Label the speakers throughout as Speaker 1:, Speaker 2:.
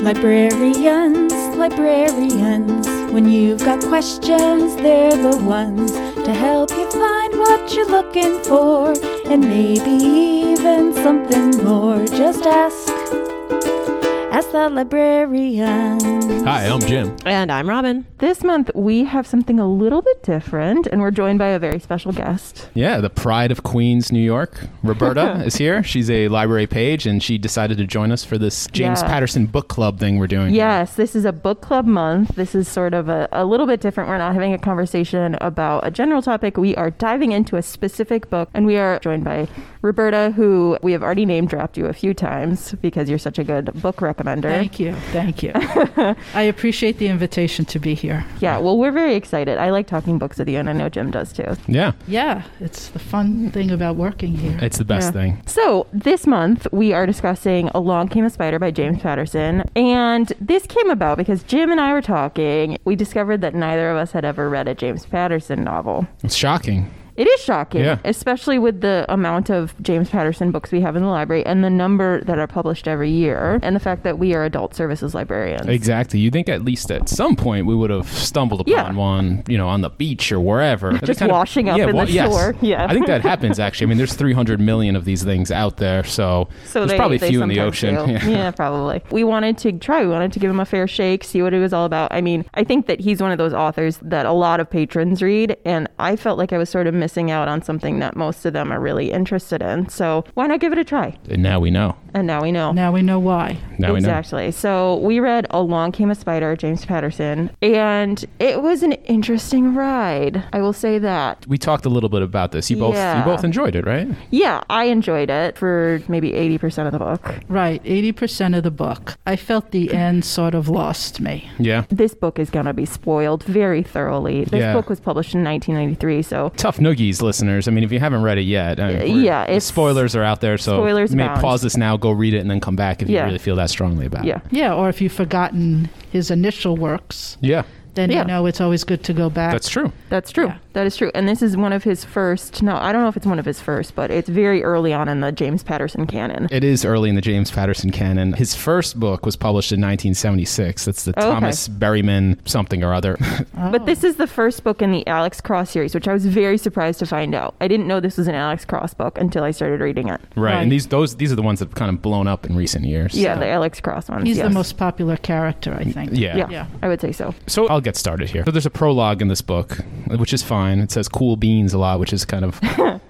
Speaker 1: Librarians, librarians, when you've got questions, they're the ones to help you find what you're looking for and maybe even something more. Just ask. Ask the librarian.
Speaker 2: Hi, I'm Jim.
Speaker 3: And I'm Robin.
Speaker 4: This month, we have something a little bit different, and we're joined by a very special guest.
Speaker 2: Yeah, the pride of Queens, New York. Roberta is here. She's a library page, and she decided to join us for this James
Speaker 4: Yeah.
Speaker 2: Patterson book club thing we're doing.
Speaker 4: Yes, this is a book club month. This is sort of a, a little bit different. We're not having a conversation about a general topic. We are diving into a specific book, and we are joined by Roberta, who we have already name dropped you a few times because you're such a good book recommender.
Speaker 5: Thank you. Thank you. I appreciate the invitation to be here.
Speaker 4: Yeah, well, we're very excited. I like talking books with you, and I know Jim does too.
Speaker 2: Yeah,
Speaker 5: Yeah, it's the fun thing about working here.
Speaker 2: it's the best
Speaker 4: Yeah.
Speaker 2: thing.
Speaker 4: So, this month we are discussing Along Came a Spider by James Patterson. And this came about because Jim and I were talking. We discovered that neither of us had ever read a James Patterson novel.
Speaker 2: It's shocking.
Speaker 4: It is shocking,
Speaker 2: Yeah.
Speaker 4: especially with the amount of James Patterson books we have in the library and the number that are published every year, and the fact that we are adult services librarians.
Speaker 2: Exactly. You think at least at some point we would have stumbled upon
Speaker 4: Yeah.
Speaker 2: one, you know, on the beach or wherever. That
Speaker 4: Just
Speaker 2: kind of-
Speaker 4: washing up in the
Speaker 2: yes.
Speaker 4: shore. Yeah.
Speaker 2: I think that happens actually. I mean, there's 300 million of these things out there, so,
Speaker 4: So
Speaker 2: there's
Speaker 4: they,
Speaker 2: probably
Speaker 4: they
Speaker 2: a few in the
Speaker 4: sometimes
Speaker 2: ocean.
Speaker 4: do. Yeah. probably. We wanted to try. We wanted to give him a fair shake, see what it was all about. I mean, I think that he's one of those authors that a lot of patrons read, and I felt like I was sort of missing out on something that most of them are really interested in. So why not give it a try?
Speaker 2: And now we know.
Speaker 4: And now we know.
Speaker 5: Now we know why.
Speaker 2: Now we know.
Speaker 4: exactly. So we read Along Came a Spider, James Patterson, and it was an interesting ride. I will say that.
Speaker 2: We talked a little bit about this. You both
Speaker 4: Yeah.
Speaker 2: you both enjoyed it, right?
Speaker 4: Yeah, I enjoyed it for maybe 80% of the book.
Speaker 5: Right, 80% of the book. I felt the end sort of lost me.
Speaker 2: Yeah.
Speaker 4: this book is going to be spoiled very thoroughly. This
Speaker 2: Yeah.
Speaker 4: book was published in 1993, so
Speaker 2: tough noogies, listeners. I mean, if you haven't read it yet, I mean, we're-
Speaker 4: yeah,
Speaker 2: the
Speaker 4: it's-
Speaker 2: spoilers are out there, so
Speaker 4: Spoilers
Speaker 2: you may
Speaker 4: bound.
Speaker 2: pause this now, go read it, and then come back if you
Speaker 4: Yeah.
Speaker 2: really feel that strongly about
Speaker 4: yeah.
Speaker 2: it.
Speaker 5: Yeah, or if you've forgotten his initial works,
Speaker 2: Yeah,
Speaker 5: then
Speaker 4: Yeah.
Speaker 5: you know it's always good to go back.
Speaker 2: that's true.
Speaker 4: That's true.
Speaker 5: Yeah.
Speaker 4: That is true. And this is one of his first. No, I don't know if it's one of his first, but it's very early on in the James Patterson canon.
Speaker 2: It is early in the James Patterson canon. His first book was published in 1976. That's the
Speaker 4: Oh, Okay.
Speaker 2: Thomas Berryman something or other.
Speaker 4: But this
Speaker 5: Oh.
Speaker 4: is the first book in the Alex Cross series, which I was very surprised to find out. I didn't know this was an Alex Cross book until I started reading it.
Speaker 2: right.
Speaker 5: Right.
Speaker 2: And these those these are the ones that have kind of blown up in recent years.
Speaker 4: Yeah,
Speaker 2: So-
Speaker 4: the Alex Cross one.
Speaker 5: He's the most popular character, I think.
Speaker 2: Yeah.
Speaker 4: Yeah,
Speaker 5: Yeah.
Speaker 4: I would say so.
Speaker 2: So I'll get started here. So there's a prologue in this book, which is fine. It says cool beans a lot, which is kind of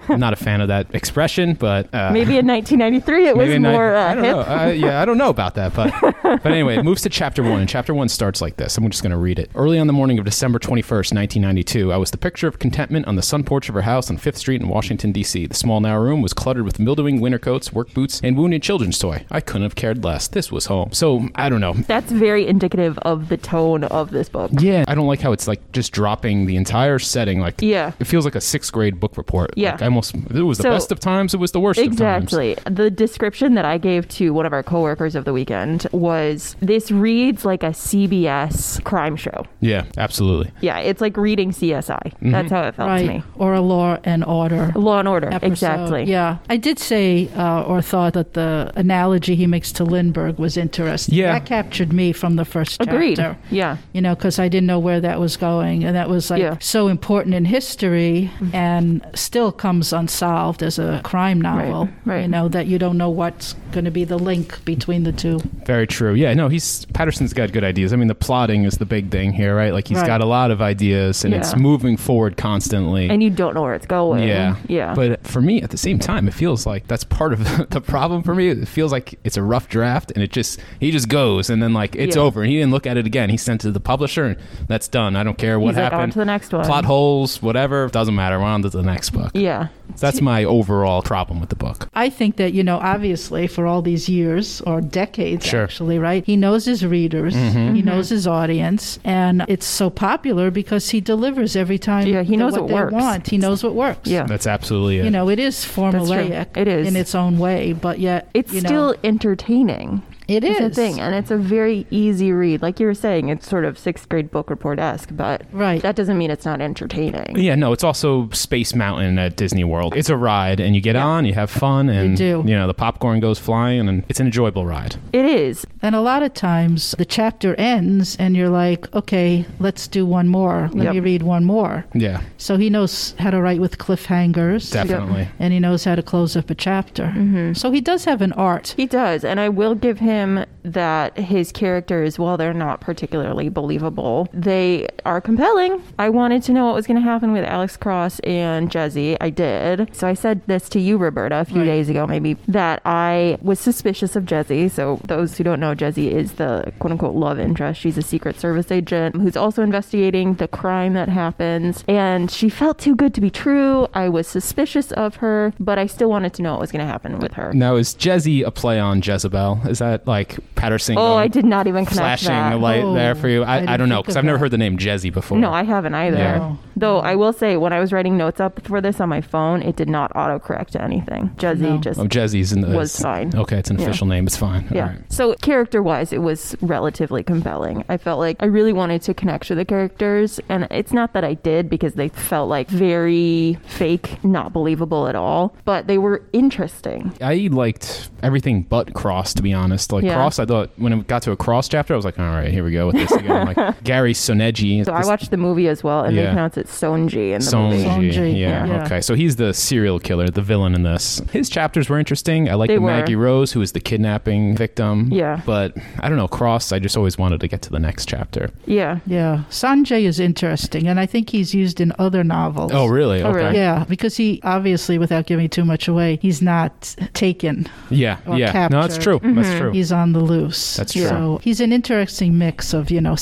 Speaker 2: I'm not a fan of that expression, but uh,
Speaker 4: Maybe in 1993 it was
Speaker 2: Maybe a night-
Speaker 4: more
Speaker 2: I
Speaker 4: uh,
Speaker 2: don't
Speaker 4: hip.
Speaker 2: know. I, yeah, I don't know about that, but but anyway, it moves to chapter one, and chapter one starts like this. I'm just going to read it. Early on the morning of December 21st, 1992, I was the picture of contentment on the sun porch of her house on Fifth Street in Washington D.C. The small now room was cluttered with mildewing winter coats, work boots, and wounded children's toy. I couldn't have cared less. This was home. So I don't know.
Speaker 4: That's very indicative of the tone of this book.
Speaker 2: Yeah, I don't like how it's like just dropping the entire setting. Like,
Speaker 4: Yeah.
Speaker 2: it feels like a sixth grade book report.
Speaker 4: Yeah.
Speaker 2: Like, I almost it was the
Speaker 4: So-
Speaker 2: best of times. It was the worst. of times.
Speaker 4: Exactly. The description that I gave to one of our coworkers of the weekend was this reads like a CBS crime show.
Speaker 2: Yeah, absolutely.
Speaker 4: Yeah, it's like reading CSI.
Speaker 2: Mm-hmm.
Speaker 4: That's how it felt to
Speaker 5: Right.
Speaker 4: me.
Speaker 5: Or a law and order.
Speaker 4: Law and Order.
Speaker 5: episode.
Speaker 4: Exactly.
Speaker 5: Yeah. I did say uh, or thought that the analogy he makes to Lindbergh was interesting.
Speaker 2: Yeah.
Speaker 5: That captured me from the first
Speaker 4: Agreed.
Speaker 5: chapter.
Speaker 4: Yeah.
Speaker 5: You know, because I didn't know where that was going. And that was like
Speaker 4: Yeah. Mm-hmm.
Speaker 5: so important in history and still comes unsolved as a crime novel.
Speaker 4: right.
Speaker 5: You know, that you don't know what's going to be the link between the two.
Speaker 2: Very true. Yeah, no, he's Patterson's got good ideas. I mean, the plotting is the big thing here, right? Like he's
Speaker 5: Right.
Speaker 2: got a lot of ideas, and it's
Speaker 4: Yeah.
Speaker 2: moving forward constantly.
Speaker 4: And you don't know where it's going.
Speaker 2: yeah,
Speaker 4: Yeah.
Speaker 2: But for me, at the same time, it feels like that's part of the, problem for me. It feels like it's a rough draft, and it just he just goes, and then like it's
Speaker 4: Yeah.
Speaker 2: over, and he didn't look at it again. He sent it to the publisher, and that's done. I don't care what
Speaker 4: He's like,
Speaker 2: happened.
Speaker 4: "On to the next one."
Speaker 2: Plot holes, whatever, doesn't matter. We're on to the next book.
Speaker 4: yeah.
Speaker 2: That's my overall problem with the book.
Speaker 5: I think that, you know, obviously for all these years or decades,
Speaker 2: Sure.
Speaker 5: actually, right? He knows his readers, he
Speaker 4: Mm-hmm.
Speaker 5: knows his audience, and it's so popular because he delivers every time.
Speaker 4: Yeah, he
Speaker 5: that
Speaker 4: knows
Speaker 5: what
Speaker 4: what
Speaker 5: they
Speaker 4: works.
Speaker 5: want. He knows what works.
Speaker 4: Yeah.
Speaker 2: That's absolutely it.
Speaker 5: You know, it is
Speaker 4: true.
Speaker 5: formulaic
Speaker 4: It is.
Speaker 5: in its own way, but yet
Speaker 4: It's
Speaker 5: you know,
Speaker 4: still entertaining.
Speaker 5: It
Speaker 4: It's a
Speaker 5: is.
Speaker 4: thing, and it's a very easy read. Like you were saying, it's sort of sixth grade book report esque, but
Speaker 5: Right.
Speaker 4: that doesn't mean it's not entertaining.
Speaker 2: Yeah, no, it's also Space Mountain at Disney World. It's a ride, and you get on, you have fun, and
Speaker 5: do.
Speaker 2: you know the popcorn goes flying, and it's an enjoyable ride.
Speaker 4: It is.
Speaker 5: And a lot of times the chapter ends and you're like, okay, let's do one more. Let
Speaker 4: Yep.
Speaker 5: me read one more.
Speaker 2: Yeah,
Speaker 5: So he knows how to write with cliffhangers.
Speaker 2: definitely.
Speaker 5: And he knows how to close up a chapter.
Speaker 2: Mm-hmm.
Speaker 5: So he does have an art.
Speaker 4: He does, and I will give him that his characters, while they're not particularly believable, they are compelling. I wanted to know what was going to happen with Alex Cross and Jesse. I did. So I said this to you, Roberta, a few
Speaker 5: Right.
Speaker 4: days ago, maybe, that I was suspicious of Jesse. So those who don't know, Jesse is the quote unquote love interest. She's a Secret Service agent who's also investigating the crime that happens. And she felt too good to be true. I was suspicious of her, but I still wanted to know what was going to happen with her.
Speaker 2: Now is Jezzy a play on Jezebel? Is that like Patterson?
Speaker 4: Oh,
Speaker 2: going-
Speaker 4: I did not even connect
Speaker 2: flashing
Speaker 4: that.
Speaker 2: a light
Speaker 5: Oh,
Speaker 2: there for you.
Speaker 5: I
Speaker 2: I, I,
Speaker 5: didn't
Speaker 2: don't know
Speaker 5: think
Speaker 2: because
Speaker 5: of
Speaker 2: I've never
Speaker 5: that.
Speaker 2: heard the name Jezzy before.
Speaker 4: No, I haven't either.
Speaker 2: Yeah.
Speaker 5: No.
Speaker 4: Though I will say, when I was writing notes up for this on my phone, it did not autocorrect to anything. Jezzy
Speaker 5: No.
Speaker 4: just.
Speaker 2: oh, Jezzy's in the
Speaker 4: Was fine.
Speaker 2: Okay, it's an
Speaker 4: Yeah.
Speaker 2: official name. It's fine.
Speaker 4: yeah.
Speaker 2: All right.
Speaker 4: So character wise, it was relatively compelling. I felt like I really wanted to connect with the characters. And it's not that I did because they felt like very fake, not believable at all, but they were interesting.
Speaker 2: I liked everything but Cross, to be honest. Like
Speaker 4: Yeah.
Speaker 2: Cross, I thought when it got to a Cross chapter, I was like, all right, here we go with this again. like Gary Soneji.
Speaker 4: So I watched the movie as well, and they
Speaker 2: Yeah.
Speaker 4: pronounce it Sonji in the
Speaker 2: Sonji.
Speaker 4: movie.
Speaker 5: Sonji,
Speaker 2: Yeah.
Speaker 5: yeah.
Speaker 2: Okay. So he's the serial killer, the villain in this. His chapters were interesting. I like
Speaker 4: They
Speaker 2: the
Speaker 4: were.
Speaker 2: Maggie Rose, who is the kidnapping victim.
Speaker 4: Yeah.
Speaker 2: But I don't know, Cross, I just always wanted to get to the next chapter.
Speaker 4: Yeah.
Speaker 5: Yeah. Sanjay is interesting, and I think he's used in other novels.
Speaker 2: Oh, really?
Speaker 4: Oh,
Speaker 2: okay.
Speaker 4: really?
Speaker 5: Yeah, because he obviously, without giving too much away, he's not taken.
Speaker 2: Yeah.
Speaker 5: Or
Speaker 2: yeah. No, that's true.
Speaker 5: captured.
Speaker 4: Mm-hmm.
Speaker 2: That's true.
Speaker 5: He's on the loose.
Speaker 2: That's true.
Speaker 5: So he's an interesting mix of, you know,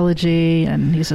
Speaker 5: psychology and he's a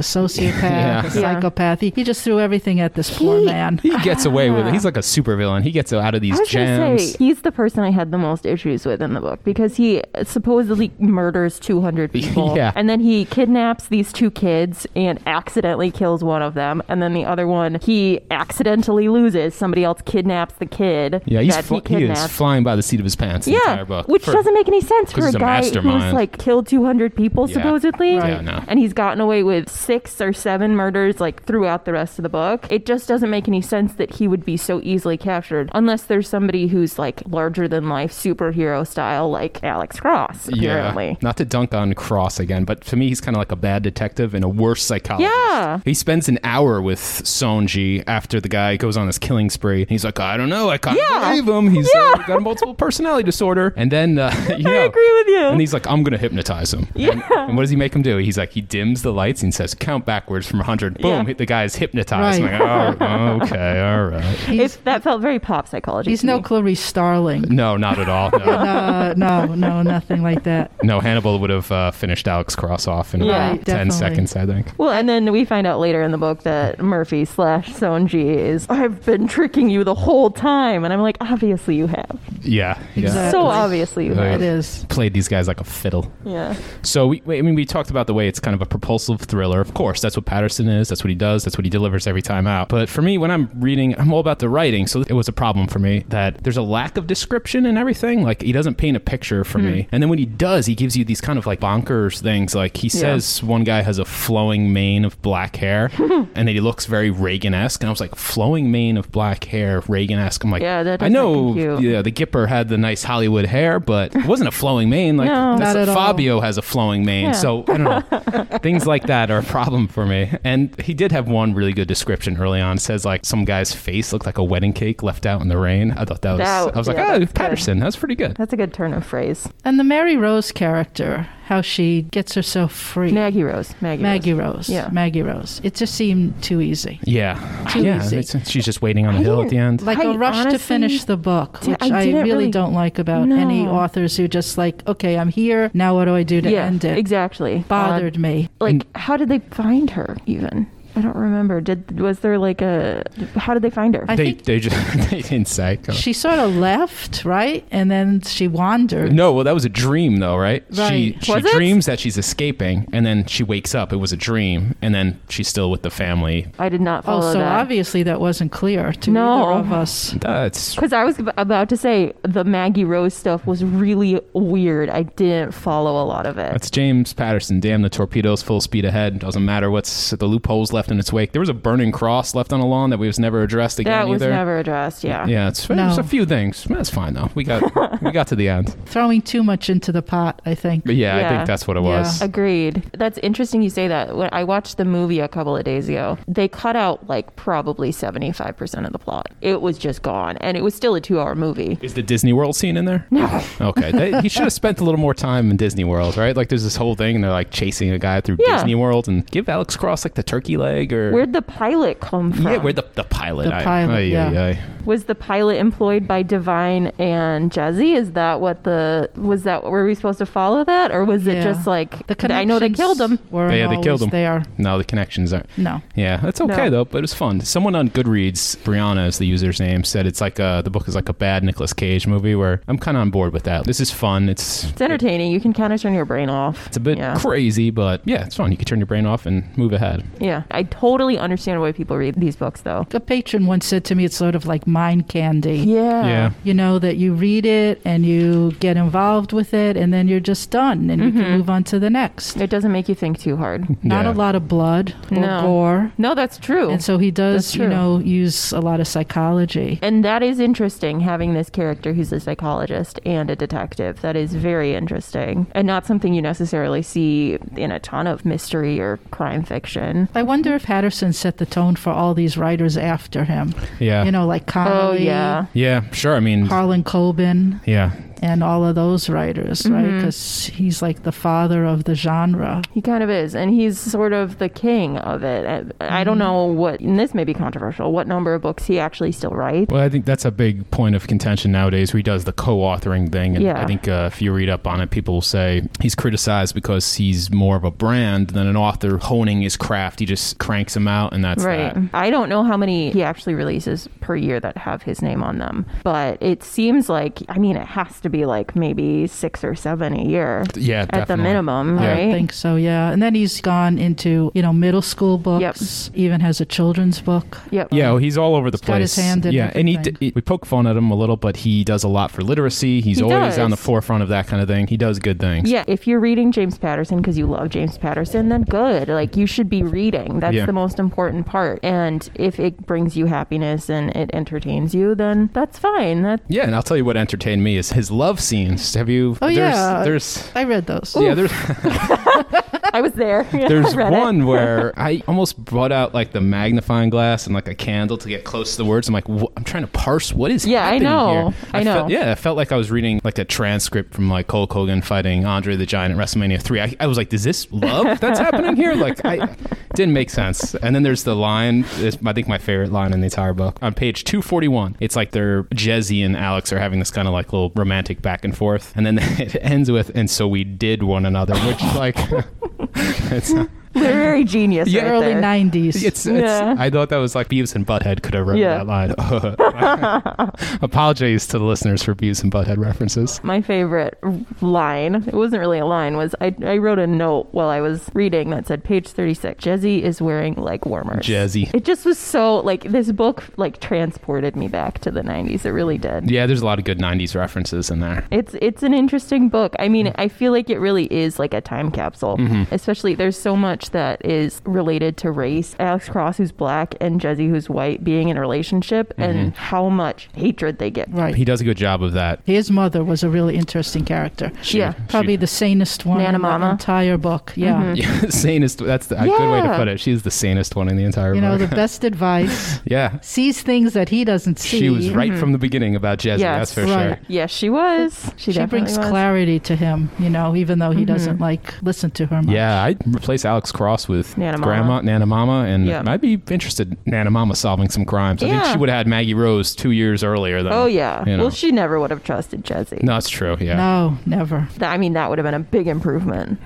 Speaker 5: sociopath,
Speaker 2: Yeah.
Speaker 5: a
Speaker 4: Yeah.
Speaker 5: psychopath. He, he just threw everything at this poor man.
Speaker 2: He gets away with it. He's like a supervillain. He gets out of these
Speaker 4: I was gonna
Speaker 2: gems.
Speaker 4: say he's the person I had the most issues with in the book because he supposedly murders 200 people,
Speaker 2: Yeah.
Speaker 4: and then he kidnaps these two kids and accidentally kills one of them, and then the other one he accidentally loses. Somebody else kidnaps the kid
Speaker 2: yeah, he's
Speaker 4: that
Speaker 2: fl-
Speaker 4: he
Speaker 2: he is
Speaker 4: kidnapped.
Speaker 2: flying by the seat of his pants. The
Speaker 4: yeah,
Speaker 2: entire book,
Speaker 4: which
Speaker 2: For-
Speaker 4: doesn't make any sense for
Speaker 2: 'cause
Speaker 4: a
Speaker 2: he's a
Speaker 4: guy who's
Speaker 2: mastermind.
Speaker 4: like killed 200 people
Speaker 2: Yeah.
Speaker 4: supposedly,
Speaker 2: Right. Yeah, no.
Speaker 4: and he's gotten away with six or seven murders like throughout the rest of the book. It just doesn't make any sense that he would be so easily captured unless there's somebody who's like larger than life superhero style, like Alex Cross, apparently.
Speaker 2: Not to dunk on Cross again, but to me, he's kind of like a bad detective and a worse psychologist.
Speaker 4: Yeah.
Speaker 2: He spends an hour with Sonji after the guy goes on this killing spree. He's like, I don't know. I can't
Speaker 4: Yeah.
Speaker 2: believe him. He's
Speaker 4: Yeah.
Speaker 2: uh, got a multiple personality disorder. And then, uh, you know.
Speaker 4: I agree with you.
Speaker 2: And he's like, I'm going to hypnotize him. Yeah. And, and what does he make him do? He's like, he dims the lights and says, count backwards from 100. Boom.
Speaker 4: Yeah.
Speaker 2: The guy is hypnotized.
Speaker 5: Right.
Speaker 2: I'm like, oh, okay. All right.
Speaker 5: He's,
Speaker 4: It- that felt very pop psychology.
Speaker 5: he's
Speaker 4: to
Speaker 5: no
Speaker 4: me.
Speaker 5: Clarice Starling.
Speaker 2: No, not at all. No.
Speaker 5: No, no, no, nothing like that.
Speaker 2: No, Hannibal would have uh, finished Alex Cross off in
Speaker 4: Yeah.
Speaker 2: about 10
Speaker 5: Right, definitely.
Speaker 2: seconds, I think.
Speaker 4: Well, and then we find out later in the book that Murphy slash Sonji is, I've been tricking you the whole time. And I'm like, obviously you have.
Speaker 2: Yeah. Yeah.
Speaker 5: Exactly.
Speaker 4: So obviously you
Speaker 2: Yeah.
Speaker 4: have.
Speaker 5: It is.
Speaker 2: Played these guys like a fiddle.
Speaker 4: Yeah.
Speaker 2: So we, I mean, we talked about the way it's kind of a propulsive thriller. Of course, that's what Patterson is. That's what he does. That's what he delivers every time out. But for me, when I'm reading, I'm all about the writing. So it was a problem for me that there's a lack of description and everything. Like he doesn't paint a picture for
Speaker 4: Hmm.
Speaker 2: me. And then when he does, he gives you these kind of like bonkers things. Like he says one guy has a flowing mane of black hair, and that he looks very Reagan-esque. And I was like, flowing mane of black hair, Reagan-esque. I'm like,
Speaker 4: Yeah, that
Speaker 2: I
Speaker 4: doesn't
Speaker 2: know,
Speaker 4: compute.
Speaker 2: yeah, the Gipper had the nice Hollywood hair, but it wasn't a flowing mane. Like
Speaker 4: No.
Speaker 2: that's
Speaker 5: Not
Speaker 2: a
Speaker 5: at all.
Speaker 2: Fabio Leo has a flowing mane,
Speaker 4: Yeah.
Speaker 2: so I don't know. Things like that are a problem for me. And he did have one really good description early on. It says like some guy's face looked like a wedding cake left out in the rain. I thought that was.
Speaker 4: That-
Speaker 2: I was like,
Speaker 4: yeah,
Speaker 2: oh,
Speaker 4: that's good.
Speaker 2: Patterson, that's pretty good.
Speaker 4: That's a good turn of phrase.
Speaker 5: And the Mary Rose character, how she gets herself free.
Speaker 4: Maggie Rose. Maggie.
Speaker 5: Maggie
Speaker 4: Rose.
Speaker 5: Rose.
Speaker 4: Yeah.
Speaker 5: Maggie Rose. It just seemed too easy.
Speaker 2: Yeah,
Speaker 5: Too
Speaker 2: yeah.
Speaker 5: easy.
Speaker 2: it's- she's just waiting on the
Speaker 4: I
Speaker 2: hill at the
Speaker 4: didn't
Speaker 2: end.
Speaker 5: Like
Speaker 4: I
Speaker 5: a rush
Speaker 4: honestly
Speaker 5: to finish the book,
Speaker 4: di-
Speaker 5: which
Speaker 4: I
Speaker 5: I,
Speaker 4: didn't
Speaker 5: really,
Speaker 4: really-
Speaker 5: don't like about any
Speaker 4: No.
Speaker 5: authors who just like, okay, I'm here. Now what do I do to
Speaker 4: Yeah,
Speaker 5: end it?
Speaker 4: exactly. Um,
Speaker 5: Bothered me.
Speaker 4: Odd. Like, how did they find her even? I don't remember. Did was there like a? How did they find her?
Speaker 5: I
Speaker 2: they,
Speaker 5: think-
Speaker 2: they just they didn't say.
Speaker 5: She sort of left, right? And then she wandered.
Speaker 2: No, well, that was a dream, though, right? She
Speaker 5: Right.
Speaker 2: she
Speaker 4: Was it?
Speaker 2: dreams that she's escaping, and then she wakes up. It was a dream, and then she's still with the family.
Speaker 4: I did not
Speaker 5: Oh,
Speaker 4: follow
Speaker 5: so
Speaker 4: that.
Speaker 5: obviously that wasn't clear to
Speaker 4: No.
Speaker 5: either of us.
Speaker 2: That's
Speaker 4: Because I was ab- about to say the Maggie Rose stuff was really weird. I didn't follow a lot of it.
Speaker 2: that's James Patterson. Damn the torpedoes, full speed ahead. Doesn't matter what's the loopholes left in its wake. There was a burning cross left on a lawn that we was never addressed again
Speaker 4: that was
Speaker 2: either.
Speaker 4: never addressed. Yeah.
Speaker 2: yeah, it's
Speaker 5: No.
Speaker 2: there's a few things. That's fine though. We got we got to the end.
Speaker 5: Throwing too much into the pot, I think.
Speaker 2: But yeah, I
Speaker 4: Yeah.
Speaker 2: think that's what it
Speaker 5: Yeah.
Speaker 2: was.
Speaker 4: Agreed. That's interesting you say that. When I watched the movie a couple of days ago, they cut out like probably 75% of the plot. It was just gone. And it was still a two hour movie.
Speaker 2: Is the Disney World scene in there? No. Okay. They, he should have spent a little more time in Disney World, right? Like, there's this whole thing, and they're like chasing a guy through
Speaker 4: Yeah.
Speaker 2: Disney World, and give Alex Cross like the turkey leg or
Speaker 4: Where'd the pilot come from?
Speaker 2: yeah, where the the pilot,
Speaker 5: The pilot, yeah.
Speaker 4: was the pilot employed by Divine and Jazzy? Is that what the was that were we supposed to follow that or was it
Speaker 5: Yeah.
Speaker 4: just like I know they
Speaker 5: connections
Speaker 4: killed him.
Speaker 5: Weren't
Speaker 2: Yeah, they killed
Speaker 5: always
Speaker 2: him.
Speaker 5: There.
Speaker 2: No, the connections aren't.
Speaker 5: No.
Speaker 2: Yeah, that's okay
Speaker 4: No.
Speaker 2: though. But it was fun. Someone on Goodreads, Brianna is the user's name, said it's like uh the book is like a bad Nicolas Cage movie. Where I'm kind of on board with that. This is fun. It's
Speaker 4: It's entertaining. You can kind of turn your brain off.
Speaker 2: it's a bit
Speaker 4: yeah.
Speaker 2: crazy, but yeah, it's fun. You can turn your brain off and move ahead.
Speaker 4: yeah. I totally understand why people read these books though.
Speaker 5: A patron once said to me, it's sort of like mind candy.
Speaker 4: Yeah.
Speaker 2: Yeah.
Speaker 5: You know, that you read it and you get involved with it, and then you're just done and you
Speaker 4: Mm-hmm.
Speaker 5: can move on to the next.
Speaker 4: It doesn't make you think too hard.
Speaker 5: Not
Speaker 2: Yeah.
Speaker 5: a lot of blood or
Speaker 4: No.
Speaker 5: gore.
Speaker 4: No, that's true.
Speaker 5: And so he
Speaker 4: That's
Speaker 5: does, you
Speaker 4: true.
Speaker 5: know, use a lot of psychology.
Speaker 4: and that is interesting having this character who's a psychologist and a detective. That is very interesting and not something you necessarily see in a ton of mystery or crime fiction.
Speaker 5: I wonder if Patterson set the tone for all these writers after him.
Speaker 2: Yeah.
Speaker 5: You know, like
Speaker 4: Oh
Speaker 5: Connolly,
Speaker 4: yeah.
Speaker 2: Yeah, sure. I mean,
Speaker 5: Harlan Coben,
Speaker 2: yeah,
Speaker 5: and all of those writers, right?
Speaker 4: Mm-hmm.
Speaker 5: Because he's like the father of the genre.
Speaker 4: He kind of is, and he's sort of the king of it. I, I
Speaker 2: Mm-hmm.
Speaker 4: don't know what, and this may be controversial, what number of books he actually still writes.
Speaker 2: Well, I think that's a big point of contention nowadays. Where he does the co-authoring thing, and
Speaker 4: Yeah.
Speaker 2: I think uh, if you read up on it, people will say he's criticized because he's more of a brand than an author honing his craft. He just cranks them out, and that's
Speaker 4: Right.
Speaker 2: that.
Speaker 4: I don't know how many he actually releases per year that have his name on them, but it seems like, I mean, it has to be like maybe six or seven a year
Speaker 2: Yeah,
Speaker 4: at the
Speaker 2: definitely.
Speaker 4: minimum,
Speaker 2: Yeah.
Speaker 5: I
Speaker 4: right?
Speaker 5: think so, yeah. And then he's gone into, you know, middle school books, even has a children's book.
Speaker 4: Yep.
Speaker 2: Yeah, well, he's all over the
Speaker 5: He's
Speaker 2: place.
Speaker 5: got his hand in
Speaker 2: yeah, and he,
Speaker 5: everything.
Speaker 2: d- we poke fun at him a little, but he does a lot for literacy. He's
Speaker 4: He
Speaker 2: always
Speaker 4: does.
Speaker 2: on the forefront of that kind of thing. He does good things.
Speaker 4: Yeah, if you're reading James Patterson because you love James Patterson, then good. Like you should be reading. That's
Speaker 2: Yeah.
Speaker 4: the most important part. And if it brings you happiness and it entertains you, then that's fine. That
Speaker 2: Yeah, and I'll tell you what entertained me is his love scenes. Have you?
Speaker 5: Oh,
Speaker 2: there's,
Speaker 5: yeah.
Speaker 2: There's.
Speaker 5: I read those.
Speaker 2: Yeah, there's
Speaker 4: I was there. Yeah,
Speaker 2: There's
Speaker 4: I read it.
Speaker 2: one where I almost brought out like the magnifying glass and like a candle to get close to the words. I'm like, "Wha- I'm trying to parse what is
Speaker 4: Yeah, I
Speaker 2: happening
Speaker 4: know.
Speaker 2: here.
Speaker 4: I
Speaker 2: felt-
Speaker 4: know.
Speaker 2: yeah, I felt like I was reading like a transcript from like Hulk Hogan fighting Andre the Giant at WrestleMania three. I, I was like, is this love that's happening here? Like, I didn't make sense. And then there's the line. It's, I think my favorite line in the entire book on page 241. It's like they're Jesse and Alex are having this kind of like little romantic back and forth, and then it ends with, and so we did one another, which like. it's not,
Speaker 4: literary genius.
Speaker 2: Yeah.
Speaker 4: right
Speaker 5: Early
Speaker 4: there.
Speaker 5: 90s.
Speaker 2: it's, it's
Speaker 4: Yeah.
Speaker 2: I thought that was like Beavis and Butthead could have written
Speaker 4: Yeah.
Speaker 2: that line. Apologies to the listeners for Beavis and Butthead references.
Speaker 4: My favorite line, it wasn't really a line, was I, I wrote a note while I was reading that said, page 36, Jezzy is wearing leg warmers.
Speaker 2: Jazzy.
Speaker 4: It just was so, like, this book, like, transported me back to the 90s. It really did.
Speaker 2: Yeah, there's a lot of good '90s references in there.
Speaker 4: It's it's an interesting book. I mean,
Speaker 2: Mm.
Speaker 4: I feel like it really is like a time capsule.
Speaker 2: Mm-hmm.
Speaker 4: Especially there's so much that is related to race. Alex Cross, who's black, and Jesse, who's white, being in a relationship,
Speaker 2: Mm-hmm.
Speaker 4: and how much hatred they get.
Speaker 5: right.
Speaker 2: He does a good job of that.
Speaker 5: His mother was a really interesting character.
Speaker 2: She-
Speaker 4: Yeah.
Speaker 5: Probably the sanest one
Speaker 4: Nana
Speaker 5: in the
Speaker 4: Mama. Mm-hmm.
Speaker 5: entire book. Yeah.
Speaker 2: yeah, sanest. That's the, a good way to
Speaker 4: Yeah.
Speaker 2: put it. She's the sanest one in the entire
Speaker 5: You
Speaker 2: book.
Speaker 5: know, the best advice
Speaker 2: yeah,
Speaker 5: sees things that he doesn't see.
Speaker 2: she was right from the beginning about Jazzy.
Speaker 4: mm-hmm.
Speaker 2: that's
Speaker 4: Yes.
Speaker 2: for
Speaker 5: Right.
Speaker 2: sure.
Speaker 4: Yes, she was. She,
Speaker 5: She
Speaker 4: definitely
Speaker 5: brings
Speaker 4: was. Mm-hmm.
Speaker 5: clarity to him, you know, even though he doesn't like listen to her much.
Speaker 2: Yeah, I'd replace Alex Cross with
Speaker 4: Nana Mama.
Speaker 2: Grandma Nana Mama, and
Speaker 4: Yeah.
Speaker 2: I'd be interested in Nana Mama solving some crimes. I think
Speaker 4: Yeah.
Speaker 2: she would have had Maggie Rose two years earlier. Though.
Speaker 4: Oh yeah.
Speaker 2: You know.
Speaker 4: Well, she never would have trusted Jesse.
Speaker 2: no, that's true. Yeah.
Speaker 5: No, never.
Speaker 4: Th- I mean, that would have been a big improvement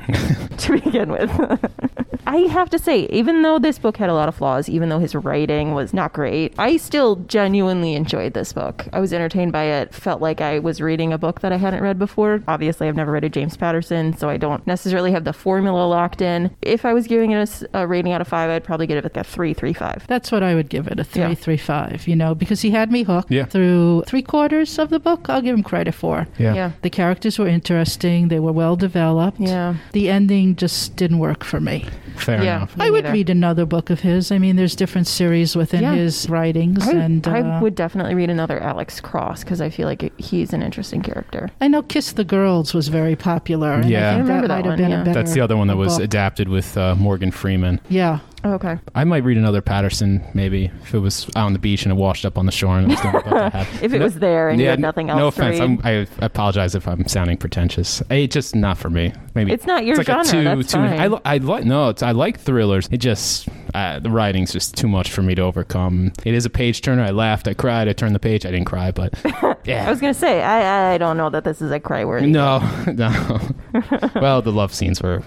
Speaker 4: to begin with. I have to say, even though this book had a lot of flaws, even though his writing was not great, I still genuinely enjoyed this book. I was entertained by it, felt like I was reading a book that I hadn't read before. Obviously, I've never read a James Patterson, so I don't necessarily have the formula locked in. If I was giving it a s- a, rating out of five, I'd probably give it like a three, three, five.
Speaker 5: That's what I would give it a three,
Speaker 4: Yeah.
Speaker 5: three, five. You know, because he had me hooked
Speaker 2: Yeah.
Speaker 5: through three quarters of the book. I'll give him credit for.
Speaker 2: Yeah.
Speaker 4: Yeah.
Speaker 5: The characters were interesting. They were well developed.
Speaker 4: Yeah.
Speaker 5: The ending just didn't work for me.
Speaker 2: Fair
Speaker 4: Yeah.
Speaker 2: enough.
Speaker 4: Me
Speaker 5: I would
Speaker 4: neither.
Speaker 5: read another book of his. I mean, there's different series within
Speaker 4: Yeah.
Speaker 5: his writings,
Speaker 4: I,
Speaker 5: and
Speaker 4: I
Speaker 5: uh,
Speaker 4: would definitely read another Alex Cross because I feel like it- he's an interesting character.
Speaker 5: I know "Kiss the Girls" was very popular. and
Speaker 2: Yeah. I
Speaker 5: I think
Speaker 4: remember that
Speaker 5: that, might have
Speaker 4: one,
Speaker 5: been
Speaker 4: yeah.
Speaker 5: a better.
Speaker 2: That's the other one that was
Speaker 5: book.
Speaker 2: adapted with uh, Morgan Freeman.
Speaker 5: yeah.
Speaker 4: Okay.
Speaker 2: I might read another Patterson maybe if it was out on the beach and it washed up on the shore and it was the only book I had.
Speaker 4: If it
Speaker 2: No-
Speaker 4: was there and you had
Speaker 2: n-
Speaker 4: nothing else
Speaker 2: No
Speaker 4: to
Speaker 2: offense.
Speaker 4: read.
Speaker 2: I'm, I apologize if I'm sounding pretentious. It's just not for me. Maybe
Speaker 4: It's not your
Speaker 2: it's like
Speaker 4: genre,
Speaker 2: A two,
Speaker 4: that's
Speaker 2: two and-
Speaker 4: fine.
Speaker 2: I, li- I like no. It's, I like thrillers. It just uh, the writing's just too much for me to overcome. It is a page turner. I laughed. I cried. I turned the page. I didn't cry, but yeah.
Speaker 4: I was gonna say I I don't know that this is a cry worthy.
Speaker 2: no, no. well, the love scenes were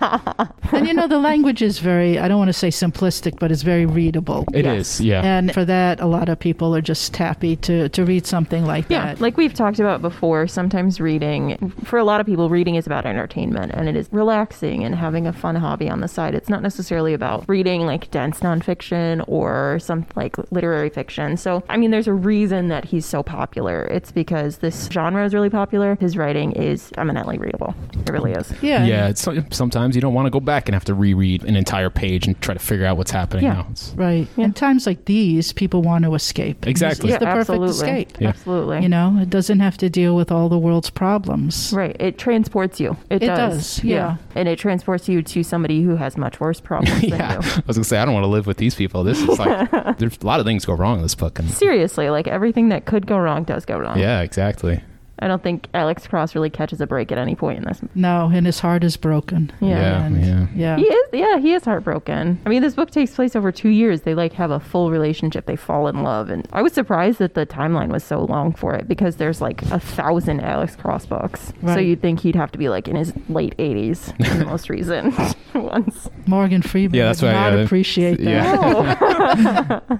Speaker 5: and you know, the language is very. I don't want to say simplistic, but it's very readable.
Speaker 2: It is,
Speaker 4: Yes.
Speaker 2: yeah.
Speaker 5: And for that, a lot of people are just happy to, to read something like
Speaker 4: Yeah,
Speaker 5: that.
Speaker 4: like we've talked about before, sometimes reading, for a lot of people, reading is about entertainment and it is relaxing and having a fun hobby on the side. It's not necessarily about reading like dense nonfiction or some like literary fiction. So, I mean, there's a reason that he's so popular. It's because this genre is really popular. His writing is eminently readable. It really is.
Speaker 5: yeah.
Speaker 2: yeah. It's, sometimes you don't want to go back and have to reread an entire page and try to figure out what's happening.
Speaker 4: Yeah.
Speaker 2: now. It's-
Speaker 5: Right.
Speaker 4: Yeah.
Speaker 5: In times like these, people want to escape. This
Speaker 2: Exactly.
Speaker 5: is
Speaker 2: Yeah,
Speaker 5: the perfect
Speaker 4: absolutely.
Speaker 5: escape.
Speaker 2: Yeah.
Speaker 4: Absolutely.
Speaker 5: You know, it doesn't have to deal with all the world's problems.
Speaker 4: Right. It transports you. It,
Speaker 5: It
Speaker 4: does.
Speaker 5: does, yeah.
Speaker 4: And it transports you to somebody who has much worse problems
Speaker 2: yeah,
Speaker 4: than you.
Speaker 2: I was gonna say I don't want to live with these people. This is like there's a lot of things go wrong in this book, and
Speaker 4: Seriously, like everything that could go wrong does go wrong.
Speaker 2: yeah, exactly.
Speaker 4: I don't think Alex Cross really catches a break at any point in this.
Speaker 5: No, and his heart is broken.
Speaker 4: Yeah.
Speaker 2: Yeah, yeah.
Speaker 5: Yeah.
Speaker 4: He is, yeah, he is heartbroken. I mean, this book takes place over two years. They like have a full relationship. They fall in love, and I was surprised that the timeline was so long for it because there's like a thousand Alex Cross books. So
Speaker 5: Right.
Speaker 4: you'd think he'd have to be like in his late 80s, the most recent ones.
Speaker 5: Morgan Freeman
Speaker 2: Yeah, that's
Speaker 5: would
Speaker 2: why,
Speaker 5: not
Speaker 2: yeah,
Speaker 5: appreciate that.
Speaker 2: yeah.
Speaker 4: Oh,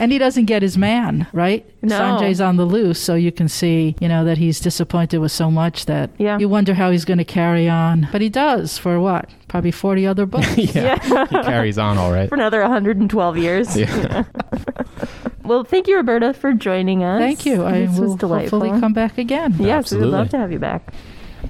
Speaker 5: And he doesn't get his man, right?
Speaker 4: No.
Speaker 5: Sanjay's on the loose, so you can see, you know, that he's disappointed with so much that
Speaker 4: Yeah.
Speaker 5: you wonder how he's going to carry on. But he does for what? Probably 40 other books.
Speaker 2: yeah. he carries on all right.
Speaker 4: for another 112 years.
Speaker 2: Yeah.
Speaker 4: Well, thank you, Roberta, for joining us.
Speaker 5: Thank you. I
Speaker 4: this
Speaker 5: will
Speaker 4: was delightful.
Speaker 5: hopefully come back again.
Speaker 4: Yes, we would
Speaker 2: Absolutely.
Speaker 4: love to have you back.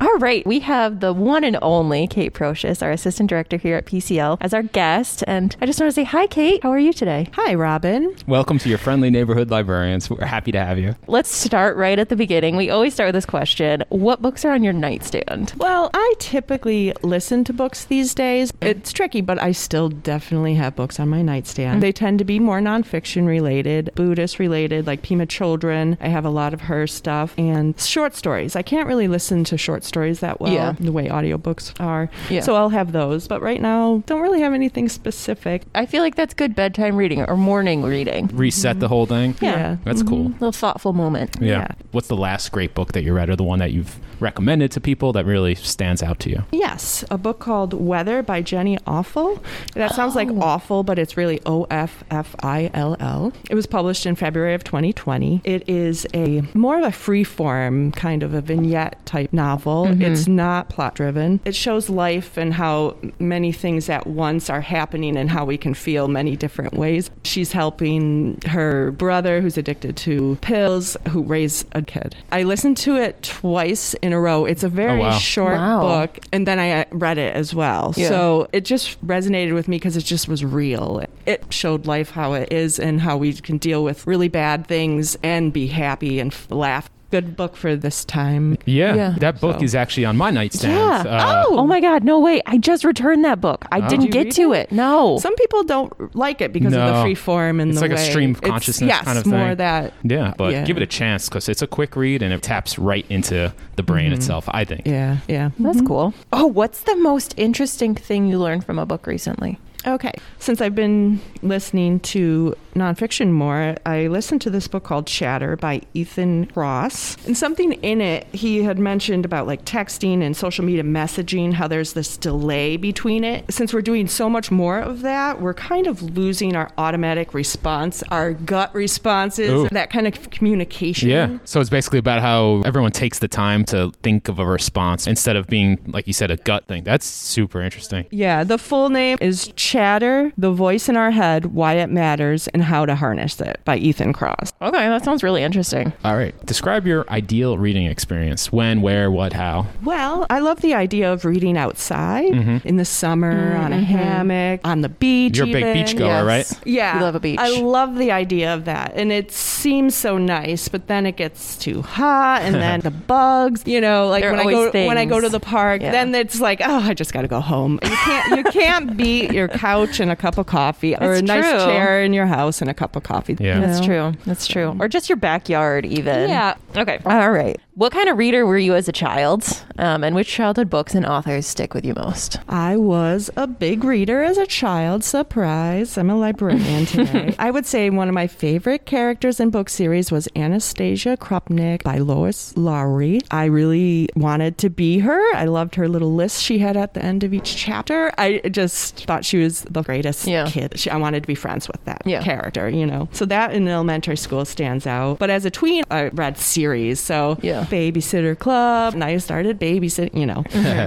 Speaker 6: All right, we have the one and only Kate Procius, our assistant director here at PCL, as our guest. And I just want to say, hi, Kate. How are you today? Hi, Robin.
Speaker 2: Welcome to your friendly neighborhood librarians. We're happy to have you.
Speaker 6: Let's start right at the beginning. We always start with this question What books are on your nightstand?
Speaker 3: Well, I typically listen to books these days. It's tricky, but I still definitely have books on my nightstand. They tend to be more nonfiction related, Buddhist related, like Pima Children. I have a lot of her stuff and short stories. I can't really listen to short stories that well
Speaker 6: Yeah.
Speaker 3: the way audiobooks are.
Speaker 6: Yeah.
Speaker 3: So I'll have those, but right now don't really have anything specific.
Speaker 6: I feel like that's good bedtime reading or morning reading.
Speaker 2: Reset the whole thing.
Speaker 6: Yeah.
Speaker 2: That's cool.
Speaker 4: Mm-hmm.
Speaker 6: Little thoughtful moment.
Speaker 2: Yeah.
Speaker 3: Yeah.
Speaker 2: What's the last great book that you read, or the one that you've recommended to people that really stands out to you?
Speaker 3: Yes, a book called Weather by Jenny Offal. That sounds like awful, but it's really O F F I L L. It was published in February of 2020. It is a more of a free form kind of a vignette type novel. It's not plot driven. It shows life and how many things at once are happening and how we can feel many different ways. She's helping her brother who's addicted to pills who raise a kid. I listened to it twice in a row. It's a very
Speaker 2: wow.
Speaker 3: short
Speaker 6: Wow.
Speaker 3: book book, and then I uh, read it as well.
Speaker 6: Yeah.
Speaker 3: So it just resonated with me because it just was real. It showed life how it is and how we can deal with really bad things and be happy and f- laugh. Good book for this time.
Speaker 2: Yeah,
Speaker 6: Yeah.
Speaker 2: that book
Speaker 3: So-
Speaker 2: is actually on my nightstand. Uh, Oh.
Speaker 6: oh. my God. No way. I just returned that book. I didn't
Speaker 3: you
Speaker 6: get
Speaker 3: read
Speaker 6: to it. No.
Speaker 3: Some people don't like it because of
Speaker 2: No.
Speaker 3: the free form and
Speaker 2: It's
Speaker 3: the
Speaker 2: like a
Speaker 3: way-
Speaker 2: stream of
Speaker 3: it's-
Speaker 2: consciousness
Speaker 3: yes,
Speaker 2: kind of
Speaker 3: more
Speaker 2: thing.
Speaker 3: that.
Speaker 2: Yeah, but
Speaker 3: Yeah.
Speaker 2: give it a chance because it's a quick read and it taps right into the brain
Speaker 4: Mm-hmm.
Speaker 2: itself. I think.
Speaker 3: Yeah, yeah.
Speaker 6: That's cool. Oh, what's the most interesting thing you learned from a book recently?
Speaker 3: Okay. Since I've been listening to nonfiction more, I listened to this book called Chatter by Ethan Ross. And something in it he had mentioned about like texting and social media messaging, how there's this delay between it. Since we're doing so much more of that, we're kind of losing our automatic response, our gut responses,
Speaker 2: Ooh.
Speaker 3: that kind of communication.
Speaker 2: Yeah. So it's basically about how everyone takes the time to think of a response instead of being, like you said, a gut thing. That's super interesting.
Speaker 3: Yeah, the full name is Chatter, The Voice in Our Head, Why It Matters, and How to Harness It by Ethan Cross.
Speaker 4: Okay, that sounds really interesting.
Speaker 2: All right. Describe your ideal reading experience. When, where, what, how.
Speaker 3: Well, I love the idea of reading outside in the summer on
Speaker 4: Mm-hmm.
Speaker 3: a hammock, on the beach.
Speaker 2: Mm-hmm. You're a big
Speaker 3: even.
Speaker 2: beach goer,
Speaker 4: yes.
Speaker 2: right?
Speaker 3: Yeah.
Speaker 4: You love a beach.
Speaker 3: I love the idea of that. And it seems so nice, but then it gets too hot and then the bugs, you know, like
Speaker 4: There are
Speaker 3: when I
Speaker 4: always
Speaker 3: go when I go to
Speaker 4: things.
Speaker 3: the park,
Speaker 4: Yeah.
Speaker 3: then it's like, oh, I just got to go home. You can't you can't beat your couch and a cup of coffee or
Speaker 4: It's
Speaker 3: a nice
Speaker 4: true.
Speaker 3: chair in your house and a cup of coffee.
Speaker 2: Yeah.
Speaker 4: That's
Speaker 3: No.
Speaker 4: true. That's true. Or just your backyard, even.
Speaker 3: Yeah.
Speaker 4: Okay. All right. What kind of reader were you as a child? Um, and which childhood books and authors stick with you most?
Speaker 3: I was a big reader as a child. Surprise. I'm a librarian today. I would say one of my favorite characters in book series was Anastasia Krupnik by Lois Lowry. I really wanted to be her. I loved her little list she had at the end of each chapter. I just thought she was the greatest
Speaker 4: Yeah.
Speaker 3: kid. She, I wanted to be friends with that
Speaker 4: Yeah.
Speaker 3: character, you know. So that in elementary school stands out. But as a tween, I read series. So
Speaker 4: Yeah.
Speaker 3: Babysitter Club, and I started babysitting, you know.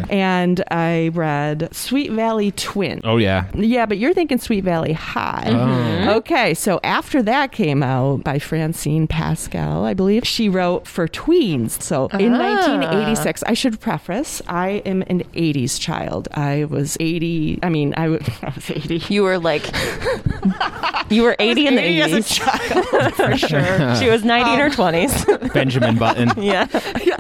Speaker 3: and I read Sweet Valley Twin.
Speaker 2: Oh, yeah.
Speaker 3: Yeah, but you're thinking Sweet Valley High. Okay, so after that came out by Francine Pascal, I believe she wrote for tweens. So in
Speaker 4: Ah.
Speaker 3: 1986, I should preface, I am an 80s child. I was 80, I mean, I, w- I was 80.
Speaker 4: You were like, you were 80 in the 80s.
Speaker 3: as a child.
Speaker 4: for sure. she was 90
Speaker 6: Oh.
Speaker 4: in her 20s.
Speaker 2: Benjamin Button.
Speaker 4: yeah.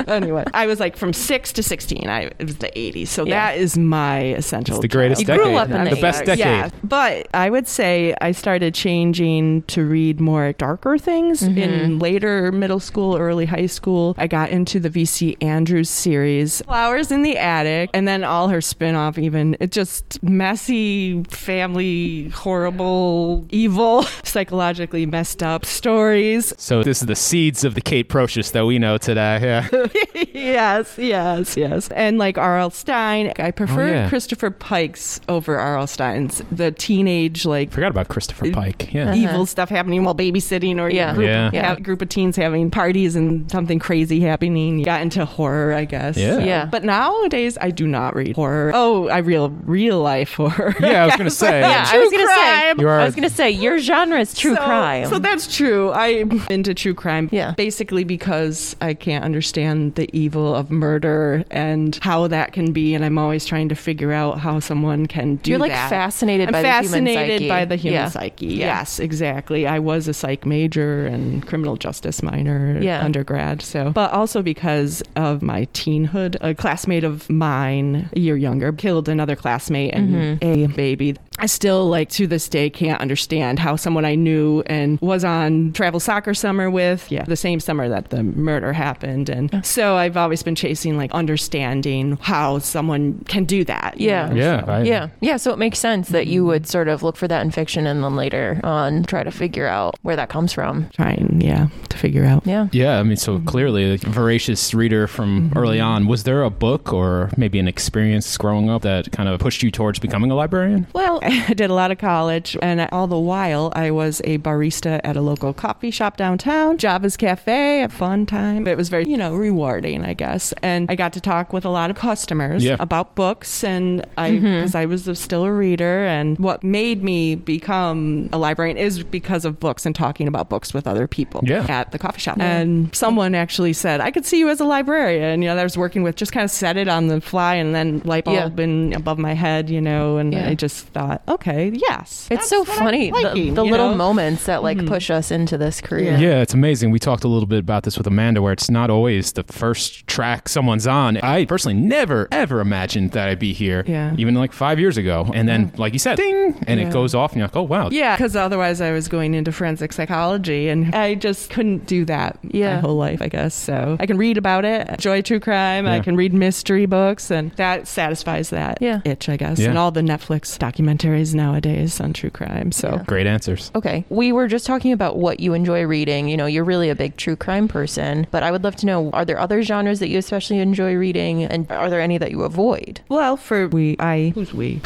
Speaker 3: anyway, I was like from 6 to 16. I, it was the 80s. So
Speaker 4: Yeah.
Speaker 3: that is my essential.
Speaker 2: It's the greatest
Speaker 4: You grew
Speaker 2: decade.
Speaker 4: up in
Speaker 2: the,
Speaker 4: the
Speaker 2: best
Speaker 4: 80s.
Speaker 2: decade.
Speaker 3: Yeah, but I would say I started changing to read more darker things in later middle school, early high school. I got into the VC Andrews series, Flowers in the Attic, and then all her spin-off even it just messy family horrible evil psychologically messed up stories.
Speaker 2: So this is the seeds of the Kate Procius that we know today. Yeah.
Speaker 3: yes, yes, yes. Oh, And like R.L. Stein, I prefer
Speaker 2: yeah.
Speaker 3: Christopher Pike's over R.L. Stein's. The teenage like
Speaker 2: Forgot about Christopher Pike. Yeah.
Speaker 3: evil stuff happening while babysitting or
Speaker 4: Yeah.
Speaker 3: yeah. Group,
Speaker 2: Uh-huh. Yeah.
Speaker 4: Yeah.
Speaker 3: ha- group of teens having parties and something crazy happening. Got into horror, I guess.
Speaker 2: Yeah.
Speaker 4: Yeah.
Speaker 3: But nowadays, I do not read horror. Oh, I real real life horror.
Speaker 2: Yeah, I was gonna say.
Speaker 4: Yeah, I
Speaker 3: True
Speaker 4: was gonna
Speaker 3: crime.
Speaker 4: say.
Speaker 2: You are-
Speaker 4: I was gonna say your genre is true
Speaker 3: so,
Speaker 4: crime.
Speaker 3: So that's true. I'm into true crime.
Speaker 4: Yeah.
Speaker 3: Basically because I can't understand the evil of murder and how that can be, and I'm always trying to figure out how someone can do
Speaker 4: You're, like,
Speaker 3: that.
Speaker 4: fascinated
Speaker 3: I'm
Speaker 4: by the human
Speaker 3: fascinated
Speaker 4: psyche.
Speaker 3: by the human
Speaker 4: Yeah.
Speaker 3: psyche.
Speaker 4: Yeah.
Speaker 3: Yes, exactly. I was a psych major and criminal justice minor
Speaker 4: Yeah.
Speaker 3: undergrad. So, but also because of my teenhood, a classmate of mine, a year younger, killed another classmate and
Speaker 4: Mm-hmm.
Speaker 3: a baby. I still like to this day can't understand how someone I knew and was on travel soccer summer with, yeah, the same summer that the murder happened. And so I've always been chasing like understanding how someone can do that. you
Speaker 4: Yeah.
Speaker 3: know?
Speaker 2: Yeah. I-
Speaker 4: yeah, yeah. So it makes sense that
Speaker 3: Mm-hmm.
Speaker 4: you would sort of look for that in fiction, and then later on try to figure out where that comes from.
Speaker 3: Trying, yeah, to figure out.
Speaker 4: Yeah.
Speaker 2: Yeah, I mean, so
Speaker 3: Mm-hmm.
Speaker 2: clearly, a voracious reader from early on. Was there a book or maybe an experience growing up that kind of pushed you towards becoming a librarian?
Speaker 3: Well, I did a lot of college, and all the while I was a barista at a local coffee shop downtown, Java's Cafe, a fun time. It was very, you know, rewarding, I guess. And I got to talk with a lot of customers
Speaker 2: Yeah. Mm-hmm.
Speaker 3: about books, and I, because I was still a reader, and what made me become a librarian is because of books and talking about books with other people
Speaker 2: Yeah.
Speaker 3: at the coffee shop. And someone actually said, I could see you as a librarian. You know, that I was working with just kind of set it on the fly and then light bulb
Speaker 4: Yeah.
Speaker 3: and above my head, you know, and
Speaker 4: Yeah.
Speaker 3: I just thought, okay, yes.
Speaker 4: It's so funny the- the, little moments that like
Speaker 3: Mm-hmm.
Speaker 4: push us into this career.
Speaker 2: Yeah. it's amazing. We talked a little bit about this with Amanda, where it's not always the first track someone's on. I personally never, ever imagined that I'd be here,
Speaker 3: Yeah.
Speaker 2: even like five years ago. And then, like you said, ding, and
Speaker 3: Yeah.
Speaker 2: it goes off, and you're like, oh, wow.
Speaker 3: Yeah, because otherwise I was going into forensic psychology and I just couldn't didn't do that my
Speaker 7: Yeah.
Speaker 3: whole life, I guess. So I can read about it, enjoy true crime, I
Speaker 2: Yeah.
Speaker 3: can read mystery books, and that satisfies that
Speaker 7: Yeah.
Speaker 3: itch, I guess.
Speaker 2: Yeah.
Speaker 3: And all the Netflix documentaries nowadays on true crime. So
Speaker 2: Great answers.
Speaker 4: Okay. We were just talking about what you enjoy reading. You know, you're really a big true crime person, but I would love to know are there other genres that you especially enjoy reading and are there any that you avoid?
Speaker 3: well, for we, I who's we?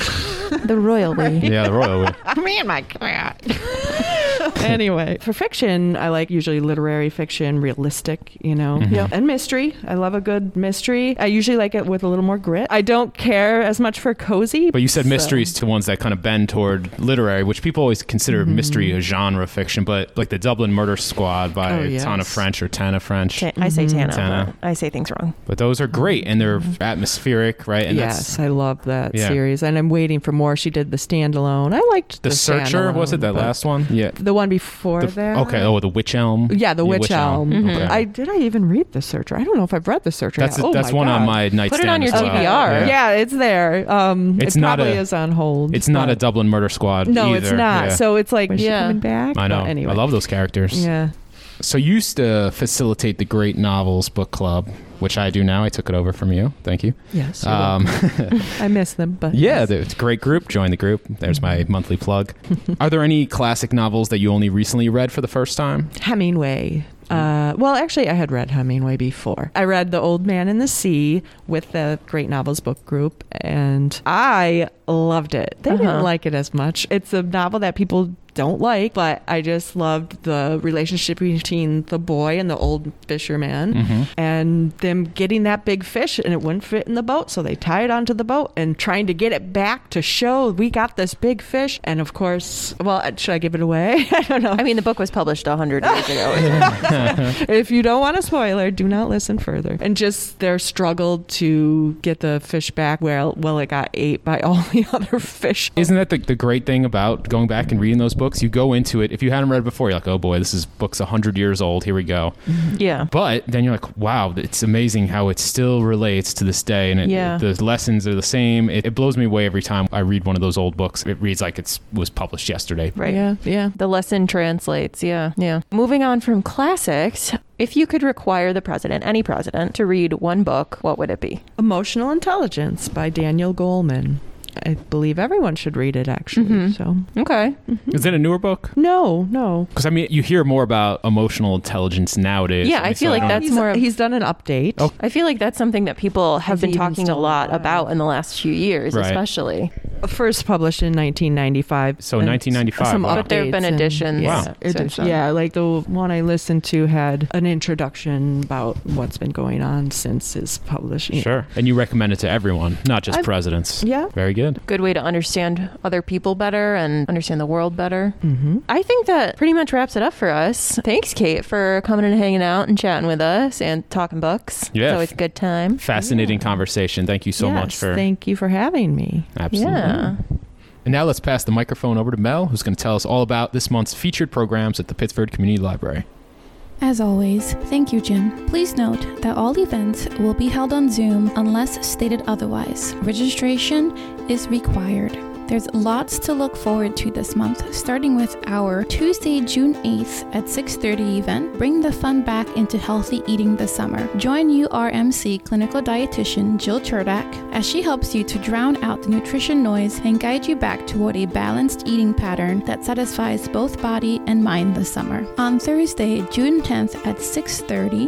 Speaker 4: The royal way.
Speaker 2: Yeah, the royal. way.
Speaker 3: Me and my cat. anyway, for fiction, I like usually literary fiction, realistic, you know,
Speaker 2: Mm-hmm.
Speaker 3: and mystery. I love a good mystery. I usually like it with a little more grit. I don't care as much for cozy.
Speaker 2: But you said
Speaker 3: so-
Speaker 2: mysteries to ones that kind of bend toward literary, which people always consider
Speaker 3: Mm-hmm.
Speaker 2: mystery a genre of fiction, but like the Dublin Murder Squad by
Speaker 3: Oh, yes.
Speaker 2: Tana French or Tana French.
Speaker 4: Ta- I say Tana.
Speaker 2: Mm-hmm. Tana.
Speaker 4: but I say things wrong.
Speaker 2: But those are great and they're atmospheric, right? And
Speaker 3: Mm-hmm. yes, I love that
Speaker 2: Yeah.
Speaker 3: series, and I'm waiting for more. She did the standalone. I liked
Speaker 2: The,
Speaker 3: the,
Speaker 2: Searcher, was it
Speaker 3: standalone,
Speaker 2: that
Speaker 3: but
Speaker 2: last one? Yeah.
Speaker 3: The one before
Speaker 2: The-
Speaker 3: that.
Speaker 2: okay. Oh, the Witch Elm.
Speaker 3: Yeah, the Witch Elm.
Speaker 2: Okay.
Speaker 3: I did. I even read the Searcher. I don't know if I've read the Searcher.
Speaker 2: that's
Speaker 3: yet. oh
Speaker 2: that's
Speaker 3: my
Speaker 2: one on
Speaker 3: God.
Speaker 2: my nightstand.
Speaker 4: on your
Speaker 2: as well.
Speaker 4: TBR.
Speaker 3: Yeah.
Speaker 2: Oh, Yeah.
Speaker 3: it's there. Um,
Speaker 2: It's
Speaker 3: it
Speaker 2: not
Speaker 3: probably
Speaker 2: a-
Speaker 3: is on hold.
Speaker 2: It's not a
Speaker 3: but-
Speaker 2: Dublin Murder Squad.
Speaker 3: no,
Speaker 2: either.
Speaker 3: it's not.
Speaker 2: Yeah.
Speaker 3: So it's like,
Speaker 4: Was
Speaker 3: is
Speaker 4: she
Speaker 3: she
Speaker 4: Yeah.
Speaker 3: coming back?
Speaker 2: I know.
Speaker 3: But
Speaker 2: I
Speaker 3: anyway,
Speaker 2: love those characters.
Speaker 3: Yeah,
Speaker 2: So you used to facilitate the Great Novels Book Club, which I do now. I took it over from you. Thank you.
Speaker 3: yes. you're
Speaker 2: Um,
Speaker 3: welcome. I miss them, but
Speaker 2: yeah,
Speaker 3: yes.
Speaker 2: the- it's a great group. Join the group. There's my
Speaker 4: Mm-hmm.
Speaker 2: monthly plug. Are there any classic novels that you only recently read for the first time?
Speaker 3: Hemingway. Uh, well, actually, I had read Hemingway before. I read The Old Man and the Sea with the Great Novels Book Group, and I loved it. They didn't
Speaker 4: Uh-huh.
Speaker 3: like it as much. It's a novel that people don't like, but I just loved the relationship between the boy and the old fisherman
Speaker 4: Mm-hmm.
Speaker 3: and them getting that big fish, and it wouldn't fit in the boat, so they tie it onto the boat and trying to get it back to show we got this big fish. And of course, well, uh, should I give it away? I don't know
Speaker 4: I mean, the book was published 100 years ago.
Speaker 3: if you don't want a spoiler, do not listen further. And just their struggle to get the fish back. Well, well, it got ate by all the other fish.
Speaker 2: Isn't that the, the great thing about going back and reading those books? You go into it, if you hadn't read it before, you're like, oh boy, this is book's 100 years old. Here we go.
Speaker 4: yeah.
Speaker 2: But then you're like, wow, it's amazing how it still relates to this day. And it,
Speaker 4: Yeah.
Speaker 2: the lessons are the same. It, it blows me away every time I read one of those old books. It reads like it was published yesterday.
Speaker 4: Right.
Speaker 3: Yeah, yeah.
Speaker 4: The lesson translates. Yeah. Yeah. Moving on from classics, if you could require the president, any president, to read one book, what would it be?
Speaker 3: Emotional Intelligence by Daniel Goleman. I believe everyone should read it actually.
Speaker 4: Mhm.
Speaker 3: So
Speaker 4: Okay.
Speaker 2: Is it a newer book?
Speaker 3: no, no.
Speaker 2: Because I mean, you hear more about emotional intelligence nowadays.
Speaker 4: Yeah,
Speaker 2: mean,
Speaker 4: I feel like
Speaker 2: don't-
Speaker 4: that's
Speaker 3: he's,
Speaker 4: more of-
Speaker 3: he's done an update.
Speaker 2: Oh.
Speaker 4: I feel like that's something that people have
Speaker 3: Is he
Speaker 4: been
Speaker 3: even
Speaker 4: talking a
Speaker 3: still
Speaker 4: lot
Speaker 3: alive?
Speaker 4: about in the last few years,
Speaker 2: Right.
Speaker 4: especially.
Speaker 3: First published in 1995.
Speaker 2: So
Speaker 3: And
Speaker 2: 1995,
Speaker 3: Some
Speaker 2: wow.
Speaker 3: updates
Speaker 2: But
Speaker 4: there have been
Speaker 3: and-
Speaker 4: additions
Speaker 2: Wow.
Speaker 4: since
Speaker 3: Addition-
Speaker 4: then.
Speaker 3: yeah, like the one I listened to had an introduction about what's been going on since his publishing.
Speaker 2: Sure. And you recommend it to everyone, not just
Speaker 3: I've-
Speaker 2: presidents.
Speaker 3: Yeah.
Speaker 2: Very good.
Speaker 4: Good way to understand other people better and understand the world better.
Speaker 3: Mm-hmm.
Speaker 4: I think that pretty much wraps it up for us. Thanks, Kate, for coming and hanging out and chatting with us and talking books.
Speaker 2: Yeah.
Speaker 4: It's always a good time.
Speaker 2: Fascinating conversation. Thank you so much for
Speaker 3: Thank you for having me.
Speaker 2: absolutely.
Speaker 4: Yeah.
Speaker 2: And now let's pass the microphone over to Mel, who's going to tell us all about this month's featured programs at the Pittsford Community Library.
Speaker 8: As always, thank you, Jim. Please note that all events will be held on Zoom unless stated otherwise. Registration is required. There's lots to look forward to this month, starting with our Tuesday, June 8th at 6:30 event, Bring the Fun Back into Healthy Eating this Summer. Join URMC clinical dietitian Jill Cherdak as she helps you to drown out the nutrition noise and guide you back toward a balanced eating pattern that satisfies both body and mind this summer. On Thursday, June 10th at 6:30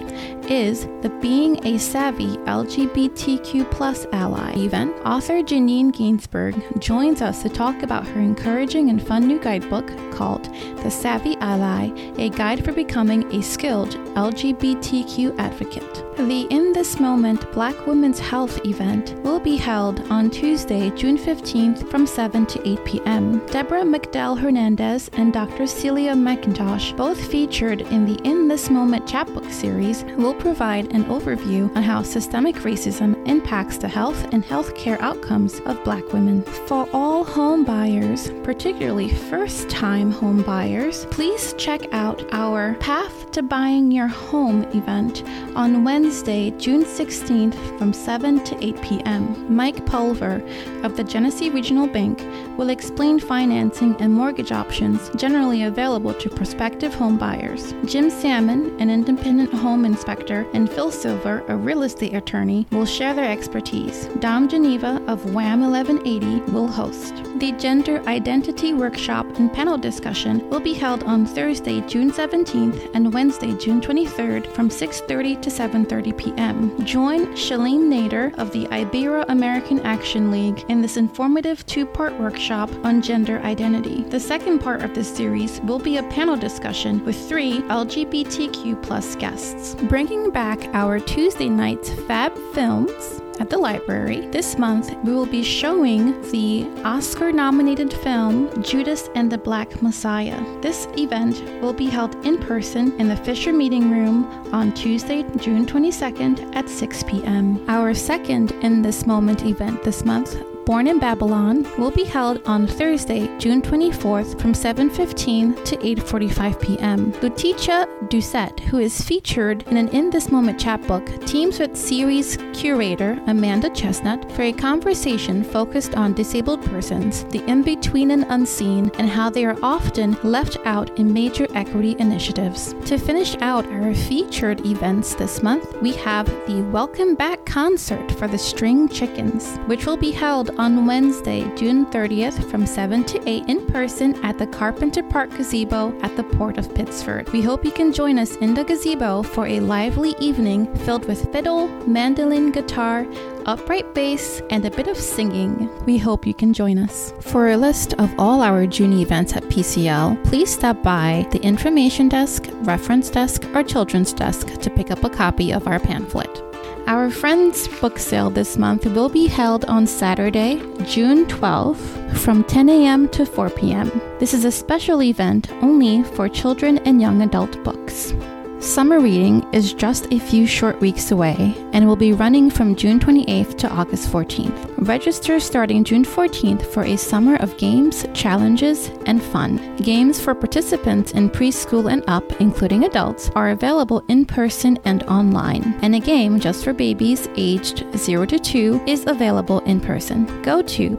Speaker 8: is the Being a Savvy LGBTQ plus Ally event. Author Janine Gainsbourg joins us to talk about her encouraging and fun new guidebook called The Savvy Ally, a guide for becoming a skilled LGBTQ advocate. The In This Moment Black Women's Health event will be held on Tuesday, June 15th from 7 to 8 p.m. Deborah McDell Hernandez and Dr. Celia McIntosh, both featured in the In This Moment chapbook series, will will provide an overview on how systemic racism impacts the health and healthcare outcomes of black women. For all home buyers, particularly first time home buyers, please check out our Path to Buying Your Home event on Wednesday, June 16th from 7 to 8 p.m. Mike Pulver of the Genesee Regional Bank will explain financing and mortgage options generally available to prospective home buyers. Jim Salmon, an independent home inspector, and Phil Silver, a real estate attorney, will share their expertise. Dom Geneva of WHAM 1180 will host. The Gender Identity Workshop and panel discussion will be held on Thursday, June 17th and Wednesday, June 23rd from 6:30 to 7:30 p.m. Join Shalene Nader of the Ibero American Action League in this informative two-part workshop on gender identity. The second part of this series will be a panel discussion with three LGBTQ plus guests. Bringing back our Tuesday night Fab Films at the library. This month, we will be showing the Oscar nominated film Judas and the Black Messiah. This event will be held in person in the Fisher Meeting Room on Tuesday, June 22nd at 6 p.m. Our second In This Moment event this month Born in Babylon will be held on Thursday, June 24th from 7:15 to 8:45 p.m. Letitia Doucette, who is featured in an In This Moment chapbook, teams with series curator Amanda Chestnut for a conversation focused on disabled persons, the in-between and unseen, and how they are often left out in major equity initiatives. To finish out our featured events this month, we have the Welcome Back concert for the String Chickens, which will be held on Wednesday, June 30th from 7 to 8 in person at the Carpenter Park Gazebo at the Port of Pittsford. We hope you can join us in the gazebo for a lively evening filled with fiddle, mandolin, guitar, upright bass, and a bit of singing. We hope you can join us. For a list of all our June events at PCL, please stop by the information desk, reference desk, or children's desk to pick up a copy of our pamphlet. Our Friends book sale this month will be held on Saturday, June 12th from 10 a.m. to 4 p.m. This is a special event only for children and young adult books. Summer reading is just a few short weeks away and will be running from June 28th to August 14th. Register starting June 14th for a summer of games, challenges, and fun. Games for participants in preschool and up, including adults, are available in person and online. And a game just for babies aged 0 to 2 is available in person. Go to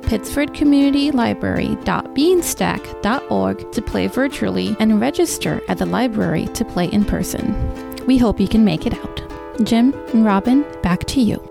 Speaker 8: pittsfordcommunitylibrary.beanstack.org to play virtually and register at the library to play in person. We hope you can make it out. Jim and Robin, back to you.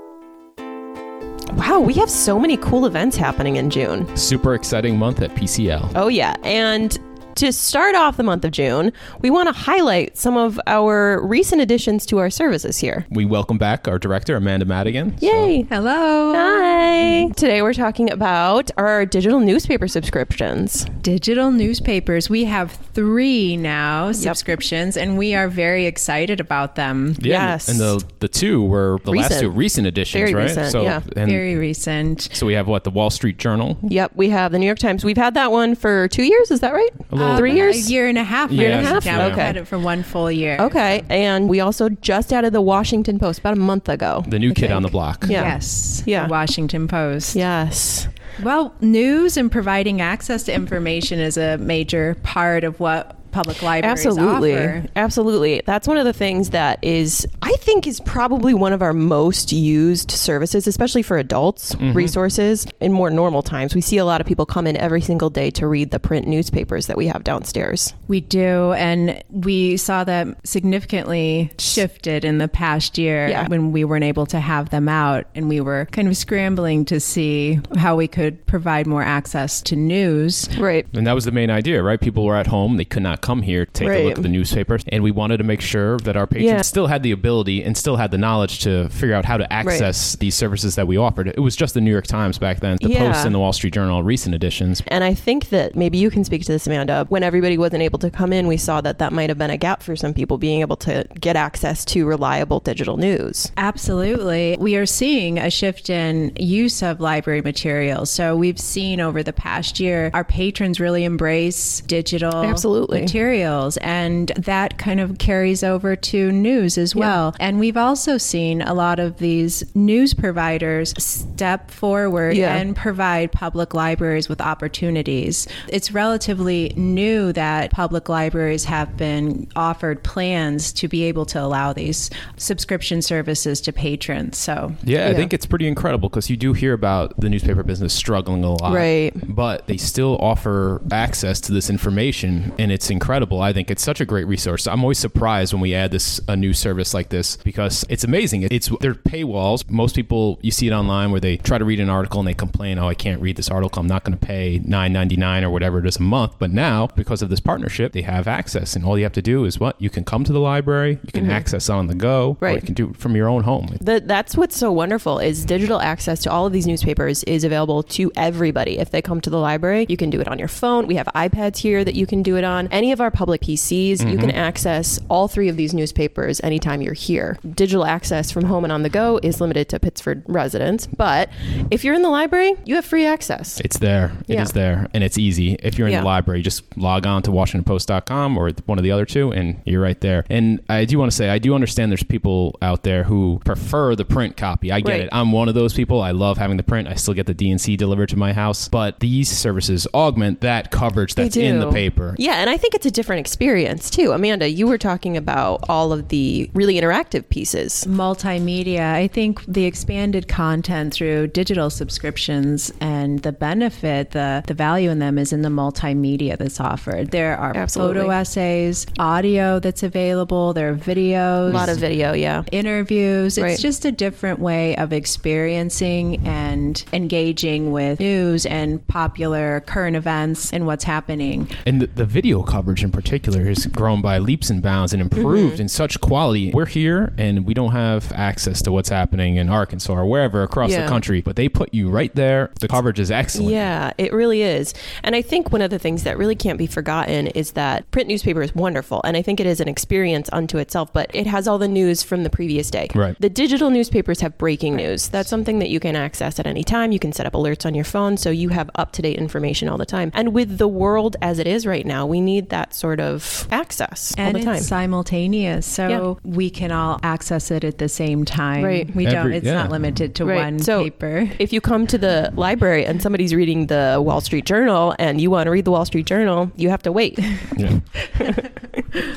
Speaker 4: Wow, we have so many cool events happening in June.
Speaker 2: Super exciting month at PCL.
Speaker 4: Oh, yeah. And to start off the month of June, we want to highlight some of our recent additions to our services here.
Speaker 2: We welcome back our director, Amanda Madigan.
Speaker 4: Yay!
Speaker 9: Hello.
Speaker 4: Hi! Today we're talking about our digital newspaper subscriptions.
Speaker 9: Digital newspapers. We have three now subscriptions, and we are very excited about them.
Speaker 2: Yeah,
Speaker 4: Yes.
Speaker 2: And the the two were the last
Speaker 4: Recent.
Speaker 2: two recent additions,
Speaker 4: Very
Speaker 2: right?
Speaker 4: recent,
Speaker 2: so
Speaker 4: yeah.
Speaker 2: and
Speaker 9: very recent.
Speaker 2: so we have what the Wall Street Journal.
Speaker 4: Yep, we have the New York Times. We've had that one for two years, is that right?
Speaker 2: A little-
Speaker 4: Ah. Three years?
Speaker 9: A year and a half.
Speaker 2: Year and a half?
Speaker 9: Now we've
Speaker 2: Okay.
Speaker 9: had it for one full year.
Speaker 4: Okay. And we also just added the Washington Post about a month ago.
Speaker 2: The new
Speaker 4: I
Speaker 2: kid on the
Speaker 4: think.
Speaker 2: block.
Speaker 4: Yeah.
Speaker 9: Yes.
Speaker 4: Yeah.
Speaker 9: The Washington Post.
Speaker 4: Yes.
Speaker 9: Well, news and providing access to information is a major part of what public libraries
Speaker 4: absolutely
Speaker 9: offer.
Speaker 4: absolutely that's one of the things that is i think is probably one of our most used services especially for adults
Speaker 2: Mm-hmm.
Speaker 4: resources in more normal times we see a lot of people come in every single day to read the print newspapers that we have downstairs
Speaker 9: We do, and we saw that significantly shifted in the past year
Speaker 4: Yeah.
Speaker 9: when we weren't able to have them out, and we were kind of scrambling to see how we could provide more access to news.
Speaker 4: right
Speaker 2: And that was the main idea, right? People were at home; they could not come here, take a
Speaker 4: Right.
Speaker 2: look at the newspaper, and we wanted to make sure that our patrons
Speaker 4: Yeah.
Speaker 2: still had the ability and still had the knowledge to figure out how to access these services that we offered. It was just the New York Times back then, the
Speaker 4: Yeah.
Speaker 2: Post and the Wall Street Journal, recent editions.
Speaker 4: And I think that maybe you can speak to this, Amanda. When everybody wasn't able to come in, we saw that that might have been a gap for some people being able to get access to reliable digital news.
Speaker 9: Absolutely. We are seeing a shift in use of library materials. So we've seen over the past year our patrons really embrace digital
Speaker 4: Absolutely.
Speaker 9: materials, and that kind of carries over to news as well. And we've also seen a lot of these news providers step forward
Speaker 4: Yeah.
Speaker 9: and provide public libraries with opportunities. It's relatively new that public libraries have been offered plans to be able to allow these subscription services to patrons. So
Speaker 2: Yeah, I
Speaker 4: Yeah.
Speaker 2: think it's pretty incredible because you do hear about the newspaper business struggling a lot.
Speaker 4: Right.
Speaker 2: But they still offer access to this information, and it's incredible. I think it's such a great resource. I'm always surprised when we add this a new service like this because it's amazing. It's they're paywalls. Most people you see it online where they try to read an article and they complain, "Oh, I can't read this article. I'm not going to pay 9.99 or whatever it is a month." But now, because of this partnership, they have access, and all you have to do is what you can come to the library, you can access on the go, or
Speaker 4: Mm-hmm. Right.
Speaker 2: you can do it from your own home.
Speaker 4: The, that's what's so wonderful is digital access to all of these newspapers is available to everybody. If they come to the library, you can do it on your phone. We have iPads here that you can do it on. Any of our public PCs, you can access all three of these newspapers anytime you're here. Digital access from home and on the go is limited to Pittsford residents, but if you're in the library, you have free access.
Speaker 2: It's there. It
Speaker 4: Yeah.
Speaker 2: is there. And it's easy. If you're in
Speaker 4: Yeah.
Speaker 2: the library, just log on to WashingtonPost.com or one of the other two, and you're right there. And I do want to say, I do understand there's people out there who prefer the print copy. I get
Speaker 4: Right.
Speaker 2: it. I'm one of those people. I love having the print. I still get the DNC delivered to my house. But these services augment that coverage that's
Speaker 4: They
Speaker 2: in the
Speaker 4: do.
Speaker 2: paper.
Speaker 4: Yeah, and I think it's a different experience too. Amanda, you were talking about all of the really interactive pieces.
Speaker 9: multimedia. I think the expanded content through digital subscriptions and the benefit, the, the value in them is in the multimedia that's offered. There are
Speaker 4: Absolutely.
Speaker 9: photo essays, audio that's available, there are videos.
Speaker 4: A lot of video, yeah.
Speaker 9: interviews
Speaker 4: Right.
Speaker 9: it's just a different way of experiencing and engaging with news and popular current events and what's happening
Speaker 2: And the, the video coverage in particular has grown by leaps and bounds and
Speaker 4: Mm-hmm.
Speaker 2: improved in such quality. We're here and we don't have access to what's happening in Arkansas or wherever across
Speaker 4: Yeah.
Speaker 2: the country, but they put you right there. The coverage is excellent.
Speaker 4: Yeah, it really is. And I think one of the things that really can't be forgotten is that print newspaper is wonderful. And I think it is an experience unto itself, but it has all the news from the previous day.
Speaker 2: Right.
Speaker 4: The digital newspapers have breaking news. That's something that you can access at any time. You can set up alerts on your phone so you have up to date information all the time. And with the world as it is right now, we need that sort of access
Speaker 9: and
Speaker 4: all the time.
Speaker 9: it's simultaneous so we can all access it at the same time
Speaker 4: Right.
Speaker 9: we don't
Speaker 2: Every-
Speaker 9: it's
Speaker 2: yeah.
Speaker 9: not limited to one
Speaker 4: so
Speaker 9: paper
Speaker 4: If you come to the library and somebody's reading the Wall Street Journal and you want to read the Wall Street Journal, you have to wait.
Speaker 2: Yeah.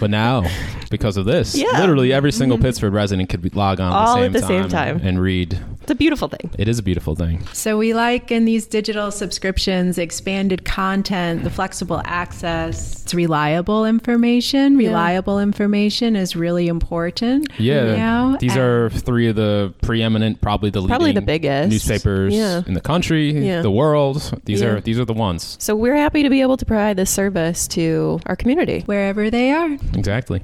Speaker 2: but now, because of this,
Speaker 4: Yeah. Mm-hmm.
Speaker 2: literally every single Pittsburgh resident could be- log on
Speaker 4: All
Speaker 2: the same
Speaker 4: at the
Speaker 2: time
Speaker 4: same time.
Speaker 2: and read.
Speaker 4: It's a beautiful thing.
Speaker 2: It is a beautiful thing.
Speaker 9: So we like in these digital subscriptions, expanded content, the flexible access, it's reliable information. Reliable information is really important.
Speaker 2: Yeah.
Speaker 9: you know?
Speaker 2: These
Speaker 9: And-
Speaker 2: are three of the preeminent, probably the
Speaker 4: Probably
Speaker 2: leading
Speaker 4: the biggest.
Speaker 2: newspapers
Speaker 4: Yeah.
Speaker 2: in the country,
Speaker 4: Yeah.
Speaker 2: the world. These
Speaker 4: Yeah.
Speaker 2: are these are the ones.
Speaker 4: So we're happy to be able to provide this service to our community.
Speaker 9: wherever they are.
Speaker 2: Exactly.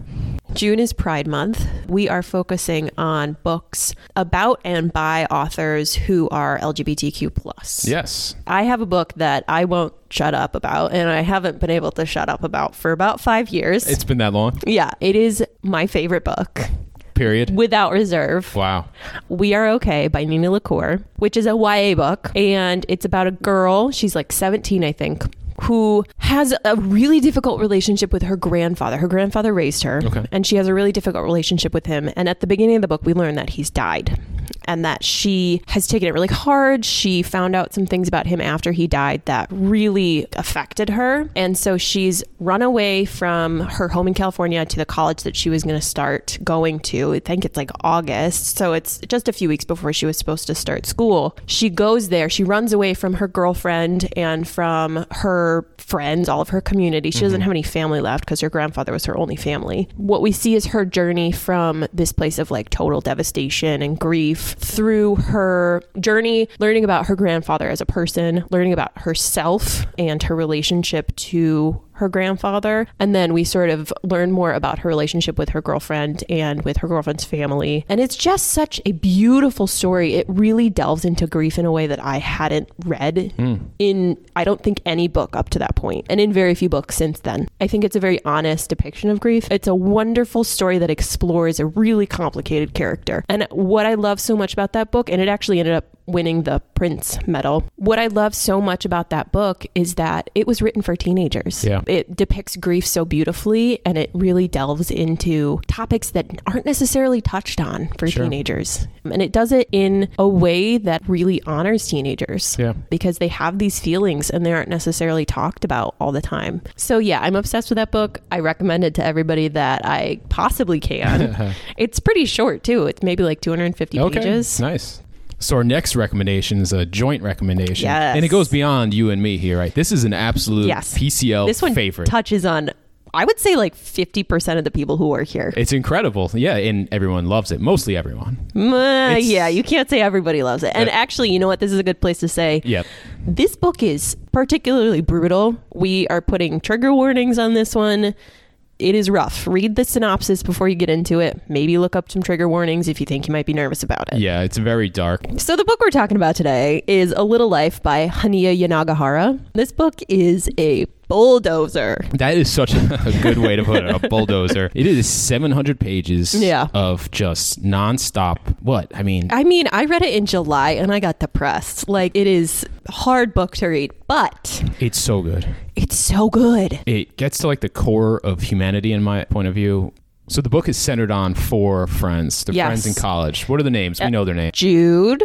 Speaker 4: June is Pride Month. We are focusing on books about and by authors who are LGBTQ plus.
Speaker 2: Yes.
Speaker 4: I have a book that I won't shut up about and I haven't been able to shut up about for about five years.
Speaker 2: It's been that long.
Speaker 4: yeah, it is my favorite book.
Speaker 2: Period.
Speaker 4: Without reserve.
Speaker 2: Wow.
Speaker 4: We Are Okay by Nina LaCour, which is a YA book. And it's about a girl, she's like 17, I think, who has a really difficult relationship with her grandfather. Her grandfather raised her,
Speaker 2: Okay.
Speaker 4: and she has a really difficult relationship with him. And at the beginning of the book, we learn that he's died. And that she has taken it really hard. She found out some things about him after he died that really affected her. And so she's run away from her home in California to the college that she was going to start going to. I think it's like August. So it's just a few weeks before she was supposed to start school. She goes there. She runs away from her girlfriend and from her friends, all of her community. She doesn't have any family left because her grandfather was her only family. What we see is her journey from this place of like total devastation and grief through her journey learning about her grandfather as a person, learning about herself and her relationship to her grandfather. And then we sort of learn more about her relationship with her girlfriend and with her girlfriend's family. And it's just such a beautiful story. It really delves into grief in a way that I hadn't read
Speaker 2: Hmm.
Speaker 4: in, I don't think, any book up to that point, and in very few books since then. I think it's a very honest depiction of grief. It's a wonderful story that explores a really complicated character. And what I love so much about that book, and it actually ended up winning the Prince Medal. What I love so much about that book is that it was written for teenagers.
Speaker 2: Yeah.
Speaker 4: It depicts grief so beautifully and it really delves into topics that aren't necessarily touched on for
Speaker 2: Sure.
Speaker 4: teenagers. And it does it in a way that really honors teenagers
Speaker 2: Yeah.
Speaker 4: because they have these feelings and they aren't necessarily talked about all the time. So, yeah, I'm obsessed with that book. I recommend it to everybody that I possibly can. it's pretty short, too. It's maybe like 250 pages.
Speaker 2: Nice. So our next recommendation is a joint recommendation,
Speaker 4: Yes.
Speaker 2: and it goes beyond you and me here. Right? This is an absolute
Speaker 4: Yes.
Speaker 2: PCL
Speaker 4: This one
Speaker 2: favorite.
Speaker 4: touches on, I would say, like 50% of the people who are here.
Speaker 2: it's incredible. Yeah, and everyone loves it. Mostly everyone.
Speaker 4: Mm,
Speaker 2: It's-
Speaker 4: yeah, you can't say everybody loves it. And
Speaker 2: Yeah.
Speaker 4: actually, you know what? This is a good place to say.
Speaker 2: Yep.
Speaker 4: This book is particularly brutal. We are putting trigger warnings on this one. It is rough. Read the synopsis before you get into it. Maybe look up some trigger warnings if you think you might be nervous about it.
Speaker 2: Yeah, it's very dark.
Speaker 4: So the book we're talking about today is A Little Life by Hania Yanagihara. This book is a bulldozer.
Speaker 2: That is such a a good way to put it. A bulldozer. It is 700 pages
Speaker 4: Yeah.
Speaker 2: of just nonstop. What? I mean,
Speaker 4: I mean, I read it in July and I got depressed. Like it is a hard book to read, but
Speaker 2: it's so good.
Speaker 4: it's so good.
Speaker 2: It gets to like the core of humanity in my point of view. So the book is centered on four friends. They're
Speaker 4: Yes. Uh,
Speaker 2: friends in college. What are the names? We know their names.
Speaker 4: Jude.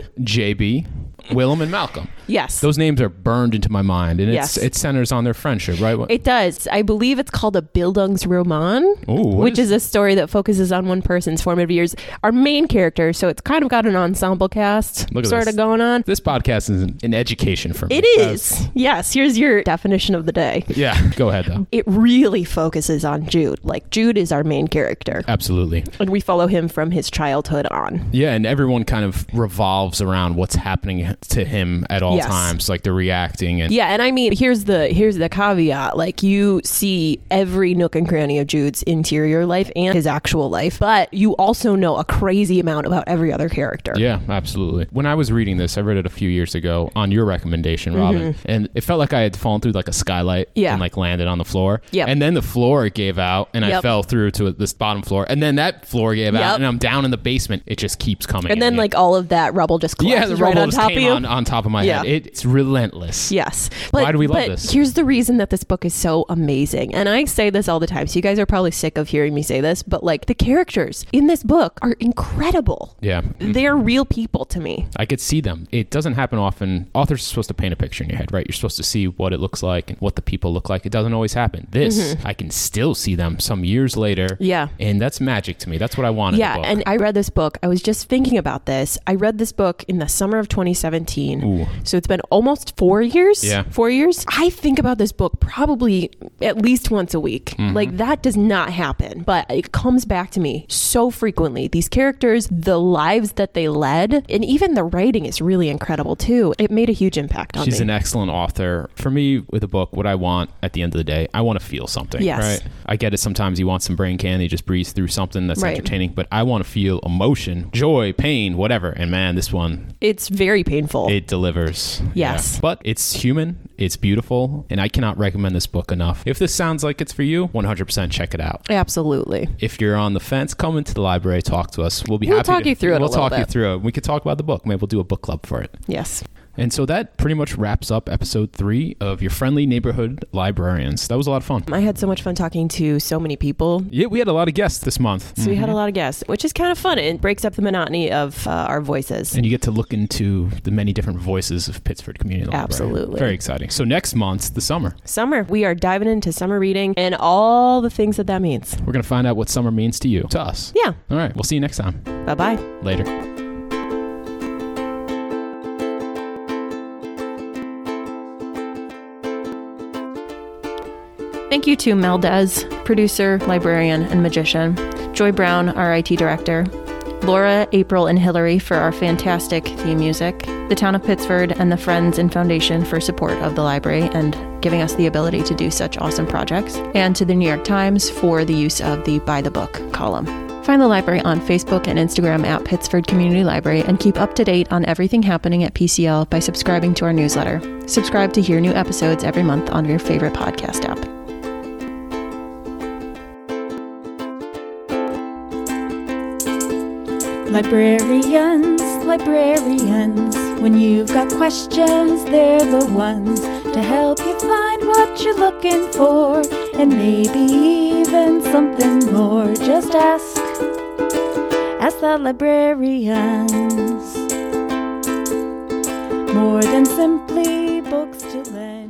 Speaker 2: JB, Willem, and Malcolm.
Speaker 4: Yes.
Speaker 2: Those names are burned into my mind, and it's
Speaker 4: Yes.
Speaker 2: it centers on their friendship, right?
Speaker 4: it does. I believe it's called a Bildungsroman,
Speaker 2: Ooh, what
Speaker 4: which
Speaker 2: is-
Speaker 4: is, a story that focuses on one person's formative years. Our main character, so it's kind of got an ensemble cast
Speaker 2: Look at
Speaker 4: sort
Speaker 2: this.
Speaker 4: of going on.
Speaker 2: this podcast is an, an education for me.
Speaker 4: It is. yes, here's your definition of the day.
Speaker 2: Yeah, go ahead though.
Speaker 4: It really focuses on Jude. Like Jude is our main character,
Speaker 2: Absolutely.
Speaker 4: and we follow him from his childhood on.
Speaker 2: Yeah, and everyone kind of revolves around what's happening to him at all
Speaker 4: Yes.
Speaker 2: times, like they're reacting and
Speaker 4: Yeah, and I mean, here's the here's the caveat. Like you see every nook and cranny of Jude's interior life and his actual life, but you also know a crazy amount about every other character.
Speaker 2: Yeah, absolutely. When I was reading this, I read it a few years ago on your recommendation, Robin, and it felt like I had fallen through like a skylight
Speaker 4: Mm-hmm. Yeah.
Speaker 2: and like landed on the floor.
Speaker 4: Yep.
Speaker 2: And then the floor gave out and I
Speaker 4: Yep.
Speaker 2: fell through to this bottom floor. And then that floor gave out
Speaker 4: Yep.
Speaker 2: and I'm down in the basement. It just keeps coming.
Speaker 4: And
Speaker 2: at
Speaker 4: then
Speaker 2: me.
Speaker 4: like all of that rubble just collapses
Speaker 2: yeah, the
Speaker 4: right
Speaker 2: rubble
Speaker 4: on
Speaker 2: just
Speaker 4: top of
Speaker 2: came
Speaker 4: you.
Speaker 2: on, on top of my
Speaker 4: Yeah.
Speaker 2: head. It, it's relentless.
Speaker 4: Yes.
Speaker 2: Why do we love
Speaker 4: but
Speaker 2: this?
Speaker 4: Here's the reason that this book is so amazing. And I say this all the time. So you guys are probably sick of hearing me say this, but like the characters in this book are incredible.
Speaker 2: Yeah.
Speaker 4: They're real people to me.
Speaker 2: I could see them. It doesn't happen often. Authors are supposed to paint a picture in your head, right? You're supposed to see what it looks like and what the people look like. It doesn't always happen. This,
Speaker 4: Mm-hmm.
Speaker 2: I can still see them some years later.
Speaker 4: Yeah.
Speaker 2: And that's magic to me. That's what I wanted.
Speaker 4: yeah, and I read this book. I was just thinking about this. I read this book in the summer of 2017.
Speaker 2: Ooh.
Speaker 4: So it's been almost 4 years.
Speaker 2: Yeah.
Speaker 4: 4 years. I think about this book probably at least once a week.
Speaker 2: Mm-hmm.
Speaker 4: Like that does not happen, but it comes back to me so frequently. These characters, the lives that they led, and even the writing is really incredible too. It made a huge impact on
Speaker 2: She's
Speaker 4: me.
Speaker 2: an excellent author. For me, with a book, what I want at the end of the day, I want to feel something.
Speaker 4: Yes.
Speaker 2: Right. I get it. Sometimes you want some brain candy, just breeze through something that's
Speaker 4: Right.
Speaker 2: entertaining. But I want to feel emotion, joy, pain, whatever. And man, this one
Speaker 4: it's very painful.
Speaker 2: It delivers.
Speaker 4: Yes.
Speaker 2: Yeah. But it's human, it's beautiful, and I cannot recommend this book enough. If this sounds like it's for you, 100% check it out.
Speaker 4: Absolutely.
Speaker 2: If you're on the fence, come into the library, talk to us. We'll be
Speaker 4: We'll
Speaker 2: happy
Speaker 4: talk
Speaker 2: to
Speaker 4: you through it a
Speaker 2: We'll
Speaker 4: little
Speaker 2: talk you
Speaker 4: bit.
Speaker 2: through it. We could talk about the book. Maybe we'll do a book club for it.
Speaker 4: Yes.
Speaker 2: And so that pretty much wraps up episode three of your friendly neighborhood librarians. That was a lot of fun.
Speaker 4: I had so much fun talking to so many people.
Speaker 2: Yeah, we had a lot of guests this month.
Speaker 4: So we had a lot of guests, which is kind of fun. It breaks up the monotony of uh, our voices.
Speaker 2: Mm-hmm. and you get to look into the many different voices of Pittsford Community Library.
Speaker 4: Absolutely.
Speaker 2: Very exciting. So next month, the summer.
Speaker 4: Summer, we are diving into summer reading and all the things that that means.
Speaker 2: We're going to find out what summer means to you, to us.
Speaker 4: Yeah.
Speaker 2: All right. We'll see you next time.
Speaker 4: Bye bye.
Speaker 2: Later.
Speaker 7: Thank you to Mel Dez, producer, librarian, and magician, Joy Brown, our IT director, Laura, April, and Hillary for our fantastic theme music, the town of Pittsford, and the Friends and Foundation for support of the library and giving us the ability to do such awesome projects, and to the New York Times for the use of the Buy the Book column. Find the library on Facebook and Instagram at Pittsford Community Library and keep up to date on everything happening at PCL by subscribing to our newsletter. Subscribe to hear new episodes every month on your favorite podcast app.
Speaker 1: Librarians, librarians. When you've got questions, they're the ones to help you find what you're looking for and maybe even something more. Just ask, ask the librarians. More than simply books to lend.